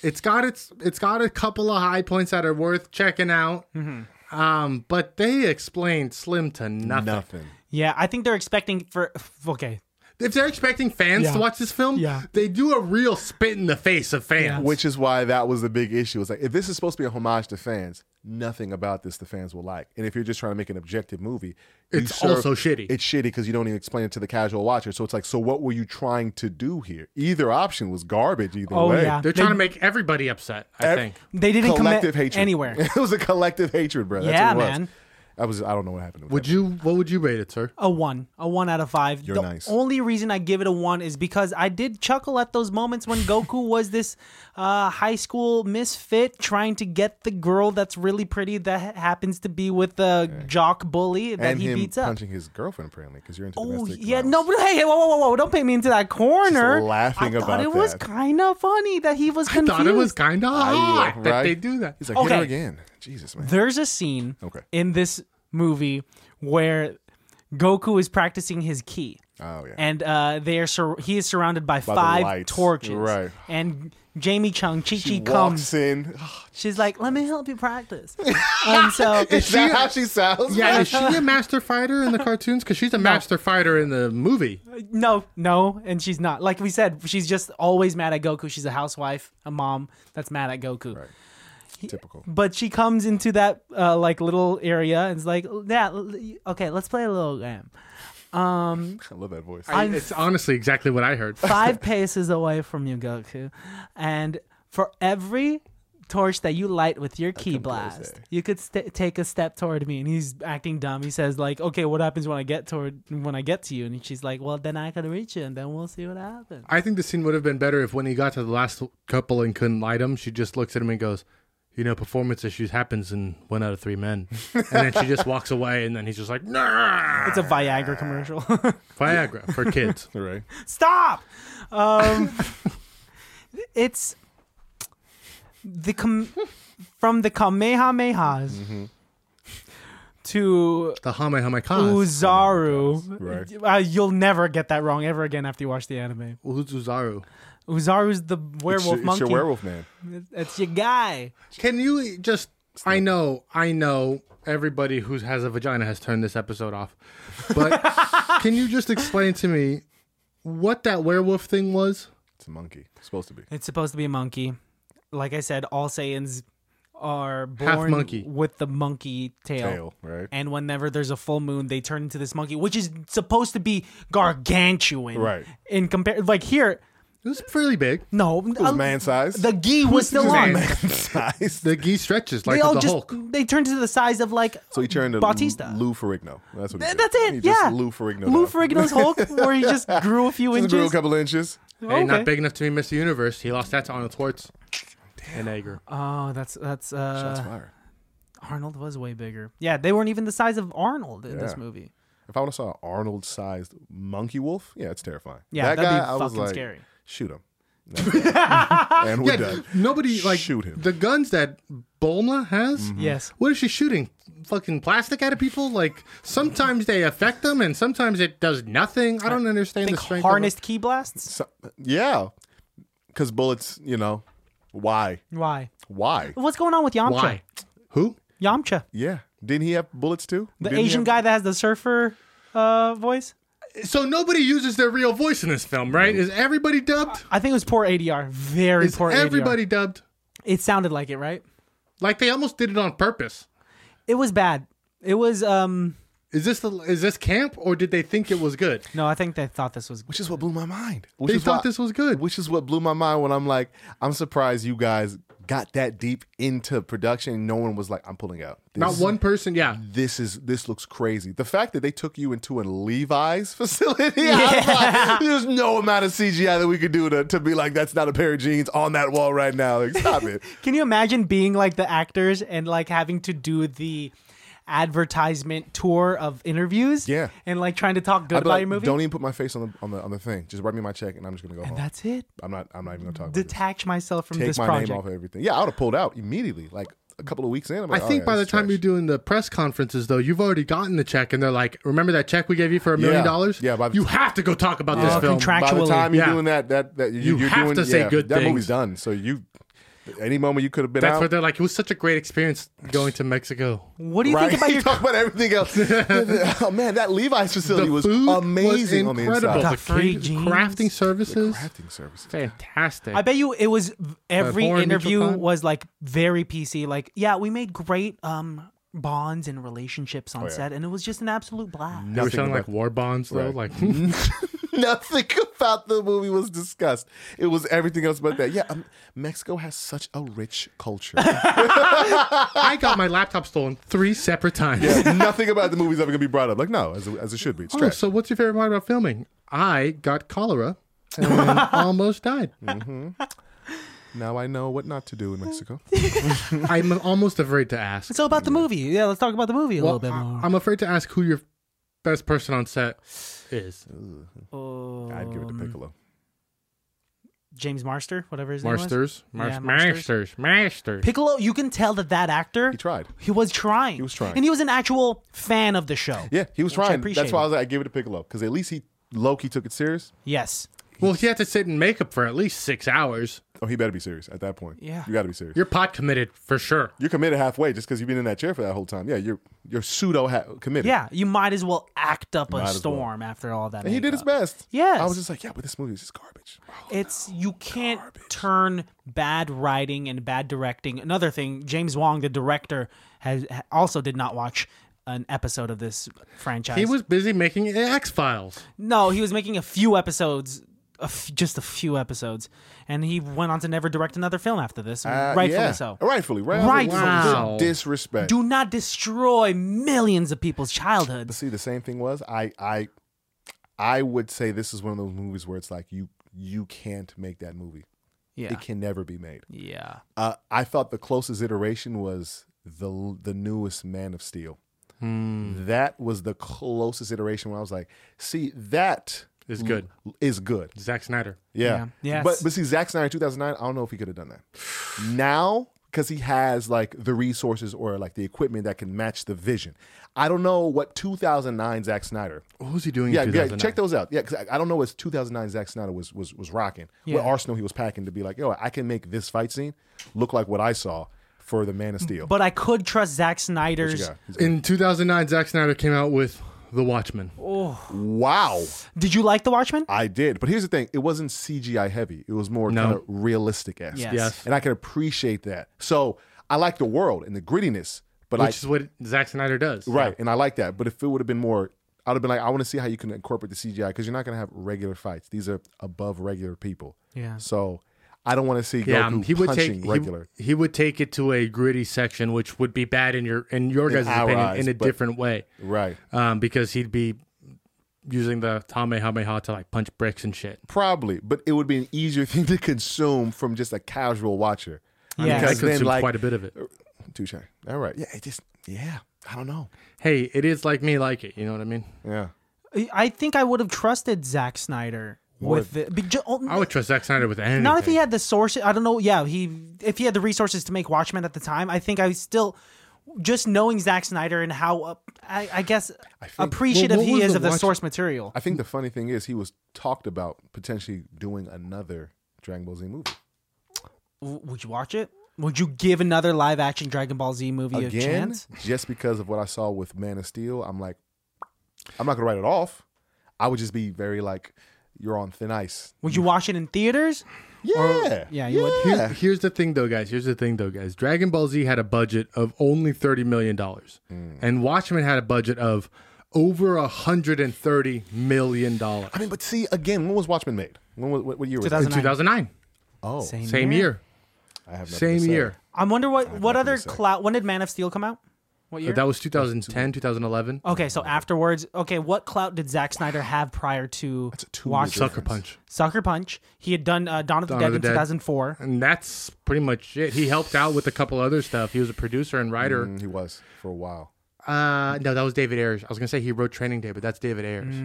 S3: It's got its it's got a couple of high points that are worth checking out.
S4: Mm-hmm.
S3: Um, but they explained Slim to nothing.
S4: Nothing.
S2: Yeah, I think they're expecting for okay.
S3: If they're expecting fans
S2: Yeah.
S3: to watch this film,
S2: Yeah.
S3: they do a real spit in the face of fans.
S4: Which is why that was the big issue. It's like if this is supposed to be a homage to fans, nothing about this the fans will like. And if you're just trying to make an objective movie, you
S3: It's also shitty.
S4: It's shitty because you don't even explain it to the casual watcher. So it's like, so what were you trying to do here? Either option was garbage. Either
S2: Oh,
S4: way,
S2: yeah.
S3: They're trying to make everybody upset, I
S4: Ev-
S3: think.
S2: They didn't commit
S4: collective hatred
S2: anywhere.
S4: It was a collective hatred, bro. That's
S2: Yeah,
S4: what it was.
S2: man.
S4: I was. I don't know what happened. With
S3: Would you what would you rate it, sir?
S2: A one, a one out of five.
S4: You're
S2: the
S4: nice.
S2: only reason I give it a one is because I did chuckle at those moments when Goku was this uh, high school misfit trying to get the girl that's really pretty that ha- happens to be with the jock bully that
S4: and
S2: he
S4: him
S2: beats up.
S4: punching his girlfriend apparently because you're into
S2: Oh
S4: domestic
S2: yeah,
S4: violence.
S2: no, but hey, hey, whoa, whoa, whoa, whoa! Don't paint me into that corner.
S4: laughing
S2: I thought
S4: about
S2: it was
S4: that.
S2: kind of funny that he was
S3: I
S2: confused.
S3: thought it was kind of
S4: Yeah,
S3: hot
S4: right?
S3: that they do that.
S4: He's like, hit her
S2: Okay.
S4: again. Jesus, man.
S2: There's a scene
S4: Okay.
S2: in this movie where Goku is practicing his ki.
S4: Oh yeah.
S2: and uh, they are sur- he is surrounded by,
S4: the
S2: five
S4: lights.
S2: torches.
S4: Right.
S2: And Jamie Chung, Chi Chi
S4: she
S2: comes.
S4: walks in.
S2: She's like, "Let me help you practice." and so
S4: Is that how she sounds?
S3: Yeah, is she a master fighter in the cartoons? Because she's a master fighter in the movie.
S2: no, no, and she's not. Like we said, she's just always mad at Goku. She's a housewife, a mom that's mad at Goku.
S4: Typical.
S2: But she comes into that uh, like little area and is like, "Yeah, l- okay, let's play a little game."
S4: I love that voice.
S3: I,
S2: I'm-
S3: it's honestly exactly what I heard.
S2: five paces away from you, Goku. And for every torch that you light with your key blast, you could st- take a step toward me. And he's acting dumb. He says like, "Okay, what happens when I get toward when I get to you?" And she's like, "Well, then I can reach you, and then we'll see what happens."
S3: I think the scene would have been better if when he got to the last couple and couldn't light him, she just looks at him and goes, "You know, performance issues happens in one out of three men." and then she just walks away, and then he's just like, "Nah."
S2: It's a Viagra commercial.
S3: Viagra for kids.
S4: right.
S2: Stop. Um, it's the com- from the Kamehamehas to
S3: The Hame Hame
S2: Uzaru.
S4: Right.
S2: Uh, you'll never get that wrong ever again after you watch the anime.
S3: Who's Uzaru?
S2: Uzaru's the werewolf
S4: it's your, it's
S2: monkey.
S4: your werewolf man.
S2: That's your guy.
S3: Can you just? I know, I know. Everybody who has a vagina has turned this episode off. But can you just explain to me what that werewolf thing was?
S4: It's a monkey. It's supposed to be.
S2: It's supposed to be a monkey. Like I said, all Saiyans are born
S3: monkey.
S2: with the monkey tail.
S4: Tail, right?
S2: And whenever there's a full moon, they turn into this monkey, which is supposed to be gargantuan.
S4: Right.
S2: In compare, like here,
S3: It was fairly big.
S2: no, Um,
S4: It was man sized.
S2: the gi was still on.
S3: Man.
S4: sized.
S3: The gi stretches
S2: They
S3: like
S2: all
S3: the
S2: just
S3: Hulk.
S2: they turned to the size of like
S4: So he turned to
S2: Bautista.
S4: Lou Ferrigno. That's what he
S2: Th-
S4: did.
S2: That's it.
S4: He
S2: yeah.
S4: Just Lou Ferrigno.
S2: Lou
S4: down.
S2: Ferrigno's Hulk, where he just grew a few
S4: Just grew a
S2: inches.
S4: couple inches.
S3: Hey,
S2: Oh, Okay.
S3: not big enough to be Mr. Universe. He lost that to Arnold Schwartz. And Egger.
S2: Oh, that's that's
S4: Shots
S2: uh,
S4: fired.
S2: Arnold was way bigger. Yeah, they weren't even the size of Arnold in this
S4: Yeah.
S2: movie.
S4: If I would have saw an Arnold sized monkey wolf, yeah, it's terrifying.
S2: Yeah,
S4: that
S2: that'd
S4: guy,
S2: be
S4: I was
S2: fucking
S4: like,
S2: scary.
S4: shoot him. and we're done.
S3: Nobody like
S4: Shoot him. Mm-hmm.
S3: the guns that Bulma has.
S4: Mm.
S2: Yes.
S3: What is she shooting? Fucking plastic at people? Like sometimes they affect them, and sometimes it does nothing. I don't understand
S2: Think
S3: the strength.
S2: harnessed key blasts?
S4: So, yeah, because bullets. You know, why?
S2: Why?
S4: Why?
S2: What's going on with Yamcha?
S3: Of them. Why? Who?
S2: Yamcha,
S4: Yeah. Didn't he have bullets too?
S2: the
S4: Didn't he
S2: Asian
S4: have-
S2: guy that has the surfer uh, voice.
S3: So nobody uses their real voice in this film, right? Is everybody dubbed?
S2: I think it was poor ADR. Very
S3: Is
S2: poor ADR.
S3: everybody dubbed?
S2: It sounded like it, right?
S3: Like they almost did it on purpose.
S2: It was bad. It was um.
S3: Is this the is this camp or did they think it was good?
S2: No, I think they thought this was.
S4: Which is what blew my mind. Which
S3: They
S4: is
S3: thought
S4: why-
S3: this was good.
S4: Which is what blew my mind when I'm like, I'm surprised you guys got that deep into production. No one was like, I'm pulling out. This,
S3: Not one person, yeah.
S4: This is this looks crazy. The fact that they took you into a Levi's facility, I was like, there's no amount of CGI that we could do to, to be like, that's not a pair of jeans on that wall right now. Like, stop it.
S2: Can you imagine being like the actors and like having to do the advertisement tour of interviews?
S4: Yeah.
S2: And like trying to talk good
S4: I'd be
S2: about
S4: like,
S2: your movie?
S4: don't even put my face on the on the on the thing. Just write me my check, and I'm just gonna go home.
S2: That's it.
S4: I'm not. I'm not even gonna talk. about this.
S2: Detach myself from
S4: take
S2: this
S4: my
S2: project.
S4: name off of everything. Yeah, I would have pulled out immediately. Like a couple of weeks in. I'm
S3: I
S4: like, "Oh,
S3: think
S4: yeah,
S3: by
S4: this
S3: the
S4: is
S3: time
S4: trash."
S3: you're doing the press conferences, though, you've already gotten the check, and they're like, "Remember that check we gave you for a million
S4: Yeah.
S3: dollars?
S4: Yeah, by the
S3: you
S4: t-
S3: have to go talk about
S2: Oh,
S3: this film."
S2: contract-
S4: by the
S2: Actually,
S4: time you're
S3: yeah.
S4: doing that, that that you,
S3: You
S4: are
S3: have
S4: doing,
S3: to say
S4: yeah,
S3: good
S4: That
S3: things.
S4: movie's done. So you, any moment you could have been
S3: That's
S4: out.
S3: where they're like, "It was such a great experience going to Mexico."
S2: What do you
S4: right?
S2: think about
S4: You
S2: your
S4: talk about everything else. oh man, that Levi's facility
S3: The
S4: was
S3: food
S4: amazing
S3: was
S4: on the
S3: incredible.
S4: inside.
S2: The free jeans.
S3: crafting services,
S4: Crafting services.
S3: fantastic.
S2: I bet you it was every
S3: foreign
S2: interview
S3: mutual fund?
S2: was like very PC. Like, yeah, we made great um bonds and relationships
S4: Oh,
S2: on set, and it was just an absolute blast.
S3: they were
S4: nothing
S3: selling
S4: about-
S3: like war bonds, though. Like,
S4: Right. Nothing about the movie was discussed. It was everything else but that. Yeah, um, Mexico has such a rich culture.
S3: I got my laptop stolen three separate times.
S4: Yeah, nothing about the movie's ever gonna be brought up. Like no, as, as it should be. It's
S3: Oh,
S4: trash.
S3: so what's your favorite part about filming? I got cholera and almost died.
S4: now I know what not to do in Mexico.
S3: I'm almost afraid to ask.
S2: So about the movie, yeah, let's talk about the movie a
S3: Well,
S2: little bit more.
S3: I, am afraid to ask who your best person on set is.
S4: I'd give it to Piccolo.
S2: Oh, James Marster, whatever his name was.
S3: Marsters, Mar-
S2: Yeah,
S3: Marsters, Marsters.
S2: Piccolo, you can tell that that actor
S4: He tried.
S2: He was trying. He
S4: was trying.
S2: and he was an actual fan of the show.
S4: Yeah, he was
S2: I
S4: trying.
S2: appreciate
S4: That's why I was like, I gave it to Piccolo because at least he low key took it serious.
S2: Yes.
S3: Well, he had to sit in makeup for at least six hours.
S4: Oh, he better be serious at that point.
S2: Yeah.
S4: you got to be serious.
S3: You're pot committed for sure.
S4: You're committed halfway just because you've been in that chair for that whole time. Yeah, you're you're pseudo ha- committed.
S2: Yeah, you might as well act up a
S4: Might as well.
S2: storm after all that.
S4: and he did his
S2: makeup.
S4: best.
S2: Yes.
S4: I was just like, yeah, but this movie is just garbage.
S2: It's you can't turn bad writing and bad directing. Another thing, James Wong, the director, has ha- also did not watch an episode of this franchise.
S3: He was busy making X Files.
S2: no, he was making a few episodes, a f- just a few episodes, and he went on to never direct another film after this,
S4: Uh,
S2: rightfully
S4: yeah.
S2: so.
S4: Rightfully, right?
S2: Rightfully
S3: Wow. so.
S4: Disrespect.
S2: Do not destroy millions of people's childhoods.
S4: See, the same thing was I I I would say this is one of those movies where it's like you you can't make that movie.
S2: Yeah,
S4: It can never be made.
S2: yeah.
S4: Uh, I thought the closest iteration was the the newest Man of Steel.
S2: Hmm.
S4: That was the closest iteration where I was like, see, that
S3: Is good.
S4: Is good.
S3: Zack Snyder.
S4: Yeah.
S2: Yeah. Yes.
S4: But but see, Zack Snyder in 2009, I don't know if he could have done that. Now, because he has like the resources or like the equipment that can match the vision. I don't know what 2009 Zack Snyder.
S3: What was he doing?
S4: Yeah,
S3: in
S4: yeah,
S3: 2009?
S4: check those out. Yeah, because I, I don't know what 2009 Zack Snyder was was was rocking.
S2: Yeah.
S4: What arsenal he was packing to be like, yo, I can make this fight scene look like what I saw for the Man of Steel.
S2: But I could trust Zack Snyder's.
S4: Yeah.
S3: In 2009, Zack Snyder came out with The Watchmen.
S2: Oh.
S4: Wow,
S2: Did you like The Watchmen?
S4: I did. But here's the thing: it wasn't CGI heavy. It was more
S3: No.
S4: kind of realistic esque.
S2: Yes.
S3: Yes.
S4: and I can appreciate that. So I like the world and the grittiness, but
S3: Which
S4: like
S3: is what Zack Snyder does.
S4: right, and I like that. But if it would have been more, I'd have been like, I want to see how you can incorporate the CGI because you're not going to have regular fights. These are above regular people.
S2: Yeah.
S4: So I don't want to see
S3: Yeah,
S4: Goku
S3: he would
S4: punching
S3: take he-
S4: regular.
S3: He, would take it to a gritty section, which would be bad in your in your guys'
S4: our
S3: opinion
S4: eyes,
S3: in a
S4: but-
S3: different way,
S4: right.
S3: um, because he'd be using the Kamehameha to like punch bricks and shit.
S4: Probably, but it would be an easier thing to consume from just a casual watcher.
S2: Yeah.
S3: I
S4: Because then,
S3: consumed
S4: like-
S3: quite a bit of it.
S4: Touche. All right. Yeah. It just. Yeah. I don't know.
S3: Hey, it is like me, like it. You know what I mean?
S4: Yeah.
S2: I think I would have trusted Zack Snyder with the. be- ju- oh,
S3: I would trust Zack Snyder with anything.
S2: not if he had the sources. I don't know. Yeah, he if he had the resources to make Watchmen at the time, I think I still just knowing Zack Snyder and how uh, I, I guess
S4: think-
S2: appreciative
S3: Well, what
S2: he
S3: was
S2: is
S3: the
S2: of the
S3: Watch-
S2: source material.
S4: I think the funny thing is he was talked about potentially doing another Dragon Ball Z movie.
S2: W- would you watch it? Would you give another live action Dragon Ball Z movie a
S4: Again,
S2: chance?
S4: just because of what I saw with Man of Steel, I'm like, I'm not gonna write it off. I would just be very like, you're on thin ice.
S2: Would you watch it in theaters?
S4: Yeah.
S2: yeah, you would.
S4: yeah.
S3: Here- Uh, Here's the thing, though, guys. Here's the thing, though, guys. Dragon Ball Z had a budget of only thirty million dollars,
S4: Hmm.
S3: and Watchmen had a budget of over hundred and thirty million dollars.
S4: I mean, but see, again, when was Watchmen made? When was, what, what year was it?
S2: 2009.
S3: 2009,
S4: Oh,
S3: same year,
S4: I have nothing to
S3: same
S4: say.
S3: year.
S2: I wonder what what
S4: nothing to
S2: other
S4: say.
S2: cloud. When did Man of Steel come out? What year?
S3: That was 2010, 2011.
S2: Okay, so afterwards, okay, what clout did Zack Snyder have prior to
S4: It's a two-year
S2: Watch
S4: difference.
S3: Sucker Punch,
S2: Sucker Punch? He had done uh, Dawn of the
S3: Dawn
S2: Dead
S3: of the
S2: in
S3: Dead.
S2: 2004.
S3: and that's
S4: Hmm.
S3: pretty much it. He helped out with a couple other stuff. He was a producer and writer.
S4: Mm, he was for a while.
S3: Uh, no, that was David Ayers. I was gonna say he wrote Training Day, but that's David Ayers.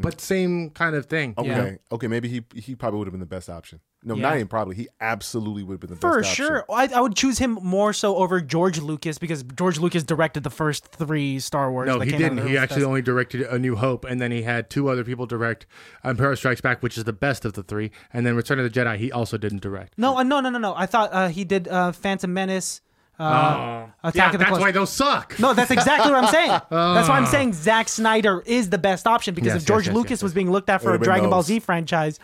S3: But same kind of thing.
S4: Hmm. Okay.
S2: Hmm. Yeah.
S4: Okay. Maybe he he probably would have been the best option. No,
S2: Yeah.
S4: not even probably. He absolutely would have been the
S2: For
S4: best option.
S2: sure, I, I would choose him more so over George Lucas because George Lucas directed the first three Star Wars.
S3: No,
S2: that
S3: he
S2: came out in
S3: didn't.
S2: the
S3: He
S2: early
S3: actually
S2: 2000s.
S3: only directed A New Hope, and then he had two other people direct um, Empire Strikes Back, which is the best of the three, and then Return of the Jedi. He also didn't direct.
S2: No, uh, no, no, no, no. I thought uh, he did uh, Phantom Menace, uh,
S4: Oh.
S2: Attack
S3: yeah,
S2: of the
S3: that's
S2: Clones.
S3: why those suck.
S2: No, that's exactly what I'm saying. That's why I'm saying Zack Snyder is the best option because
S3: Ah. Yes,
S2: if George
S3: yes, yes,
S2: Lucas
S3: yes,
S2: was being looked at for a
S4: Everybody
S2: Dragon Ball
S4: knows.
S2: Z franchise,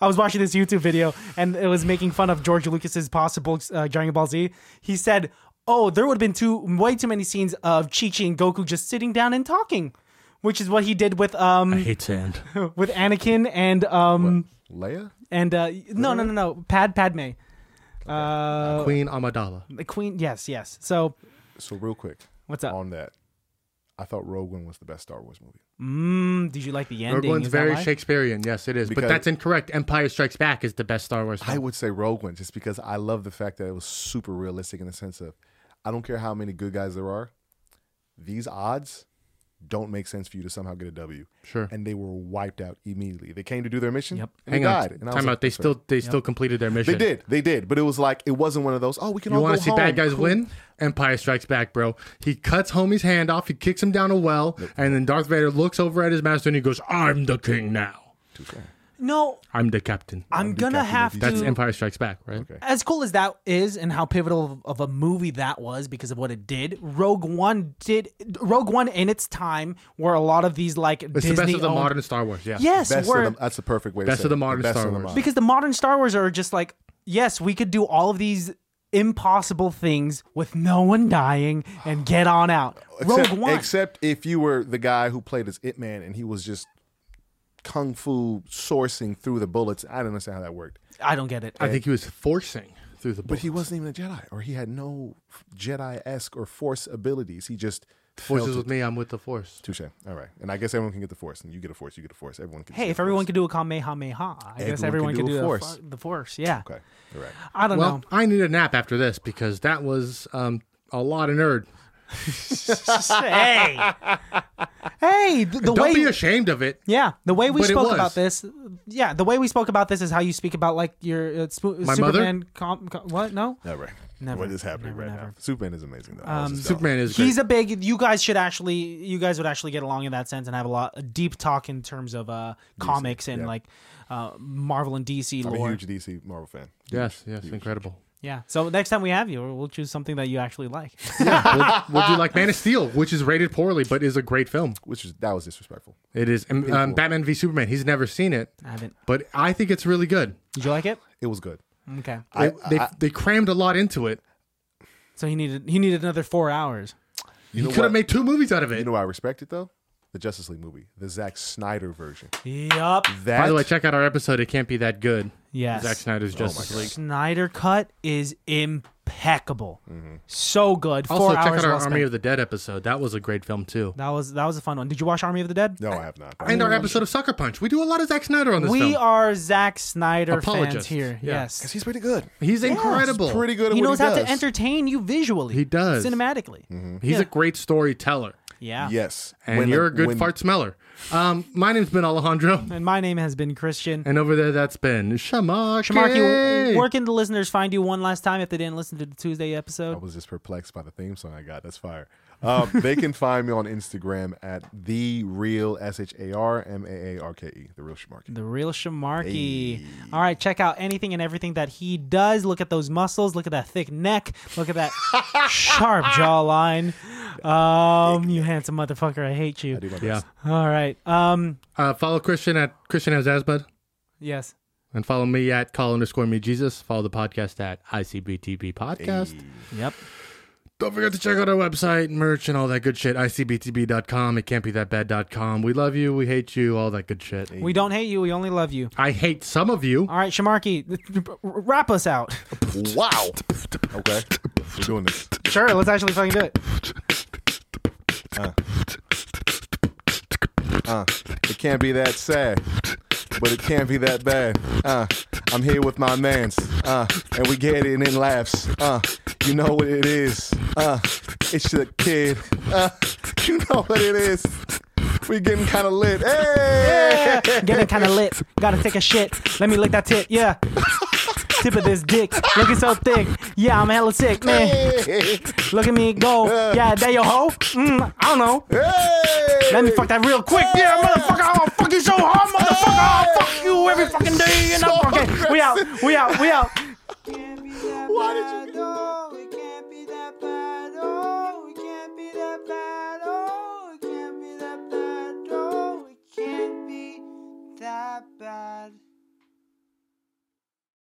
S2: I was watching this YouTube video and it was making fun of George Lucas's possible uh, Dragon Ball Z. He said, "Oh, there would have been too way too many scenes of Chi Chi and Goku just sitting down and talking." Which is what he did with um
S3: hate sand.
S2: with Anakin and um
S4: Leia.
S2: and uh no no no no Pad Padme, uh
S3: Queen Amidala.
S2: the Queen yes yes so
S4: So real quick.
S2: What's up?
S4: on that? I thought Rogue One was the best Star Wars movie.
S2: mm, did you like the ending?
S3: Rogue One's
S2: Is that
S3: very
S2: why?
S3: Shakespearean. Yes, it is.
S4: Because-
S3: but that's incorrect. Empire Strikes Back is the best Star Wars.
S4: I
S3: Film.
S4: would say Rogue One just because I love the fact that it was super realistic in the sense of I don't care how many good guys there are, these odds don't make sense for you to somehow get a W.
S3: Sure.
S4: And they were wiped out immediately. They came to do their mission.
S2: Yep.
S4: And they died. And I was
S3: Time
S4: like,
S3: out. They still they still completed their mission.
S4: They did. They did. But it was like it wasn't one of those. Oh, we can
S3: You
S4: all
S3: want
S4: go
S3: to see
S4: home.
S3: bad guys
S4: Cool.
S3: win? Empire Strikes Back, bro. He cuts homie's hand off. He kicks him down a well, and then Darth Vader looks over at his master and he goes, "I'm the king now.
S2: No,
S3: I'm the captain."
S2: I'm gonna
S4: Captain
S2: have to.
S4: Obvious.
S3: That's Empire Strikes Back, right? Okay.
S2: as cool as that is, and how pivotal of a movie that was because of what it did. Rogue One did. Rogue One in its time, where a lot of these like
S3: It's
S2: Disney
S3: the best of the
S2: owned-
S3: modern Star Wars. Yeah.
S2: Yes,
S4: Best
S2: were-
S4: of uh, the, that's the perfect way
S3: Best
S4: to say
S3: of the
S4: it.
S3: modern
S4: best
S3: Star
S4: of the
S3: Wars.
S4: modern.
S2: because the modern Star Wars are just like, yes, we could do all of these impossible things with no one dying and get on out.
S4: except,
S2: Rogue One.
S4: Except if you were the guy who played as It Man and he was just kung fu sourcing through the bullets. I don't understand how that worked.
S2: I don't get it.
S3: I think he was forcing through the
S4: But
S3: book.
S4: he wasn't even a Jedi, or he had no Jedi esque or Force abilities. He just
S3: Forces
S4: felt
S3: with
S4: it.
S3: me. I'm with the Force.
S4: Touche. All right, and I guess everyone can get the Force, and you get a Force, you get a Force. Everyone can.
S2: hey, if everyone could do a kamehameha, I guess everyone
S4: Everyone
S2: could
S4: can
S2: do,
S4: do a
S2: the
S4: force.
S2: fu- the force. Yeah.
S4: Okay, all right.
S2: I don't
S3: Well,
S2: know.
S3: I need a nap after this because that was um, a lot of nerd.
S2: hey, hey, the, the
S3: Don't
S2: way
S3: be ashamed of it.
S2: yeah, the way we
S3: But it
S2: spoke
S3: was.
S2: about this, yeah, the way we spoke about this is how you speak about like your uh, sp-
S3: mother?
S2: Superman. Com- com- what? No,
S4: Never.
S2: Never.
S4: What is happening
S2: Never,
S4: right now?
S2: never. Um,
S4: Superman is amazing, though. I was just
S3: Superman is great.
S2: he's a big. You guys should actually, you guys would actually get along in that sense and have a lot a deep talk in terms of uh comics and
S4: yeah.
S2: like uh Marvel and DC
S4: telling you.
S2: lore.
S4: I'm a huge DC Marvel fan.
S3: yes, yes, incredible.
S2: Yeah. So next time we have you, we'll choose something that you actually like.
S3: Yeah, we'll, we'll do like Man of Steel, which is rated poorly but is a great film.
S4: Which is that was disrespectful.
S3: It is um, um, Batman v Superman. He's never seen it,
S2: I haven't.
S3: but I think it's really good.
S2: Did you like it?
S4: It was good.
S2: Okay.
S3: They, they, they crammed a lot into it.
S2: So he needed he needed another four hours.
S3: You,
S4: know
S3: could
S4: what?
S3: have made two movies out of it.
S4: You know, why I respect it though. The Justice League movie, the Zack Snyder version.
S2: Yup.
S4: That
S3: By the way, check out our episode. It can't be that good.
S2: Yes.
S3: Zack Snyder's Justice League.
S2: Snyder cut is impeccable. So good. Four
S3: Mm-hmm. Also, check
S2: hours
S3: out our
S2: well
S3: Army
S2: spent.
S3: of the Dead episode. That was a great film too.
S2: that was that was a fun one. Did you watch Army of the Dead?
S4: no, I have not.
S3: And our episode of Sucker Punch. We do a lot of Zack Snyder on this
S2: we
S3: film.
S2: are Zack Snyder fans
S3: Apologists.
S2: here.
S3: Yeah.
S2: Yes.
S4: he's pretty good.
S3: He's incredible.
S4: He's pretty good. At
S2: He
S4: what
S2: knows
S4: he
S2: how to
S4: does.
S2: entertain you visually.
S3: He does. Mm-hmm.
S2: Cinematically.
S3: He's a great storyteller.
S2: Yeah.
S4: Yes,
S3: And
S4: When
S3: you're a
S4: like-
S3: good
S4: when-
S3: fart smeller. Um, my name's Ben Alejandro.
S2: And my name has been Christian.
S3: And over there, that's been Shamar.
S2: Shamarky, where can the listeners find you one last time if they didn't listen to the Tuesday episode?
S4: I was just perplexed by the theme song I got. That's fire. Um, they can find me on Instagram at the real s h a r m a a r k e the real Shamarky.
S2: The real Shamarky. All right, check out anything and everything that he does. Look at those muscles. Look at that thick neck. Look at that sharp jawline. Um, you handsome motherfucker. I hate you.
S4: I do my best.
S3: Yeah.
S2: All right. Um,
S3: Uh, follow Christian at Christian has Asbud.
S2: yes.
S3: And follow me at call underscore me Jesus. Follow the podcast at ICBTB podcast.
S2: Yep.
S3: Don't forget to check out our website, merch, and all that good shit. ICBTB.com. It can't be that bad.com. We love you. We hate you. All that good shit.
S2: We don't hate you. We only love you.
S3: I hate some of you.
S2: All right, Shamarky, wrap us out.
S4: Wow. Okay. We're doing this.
S2: Sure, let's actually fucking do it.
S4: Uh, it can't be that sad, but it can't be that bad. Uh, I'm here with my mans, uh, and we get it in laughs. Uh, you know what it is. Uh, it's the kid. you know what it is. We getting kind of lit. Hey!
S2: Getting kind of lit. Gotta take a shit. Let me lick that tip. Yeah. Tip of this dick. Looking so thick. Yeah, I'm hella sick, man.
S4: Hey!
S2: Look at me go. Yeah, that your hoe? Mm, I don't know. Let me fuck that real quick. Yeah, motherfucker, I'm gonna fuck you so hard, motherfucker. I'll fuck you every fucking day. And I'm, okay, we out, we out, we out.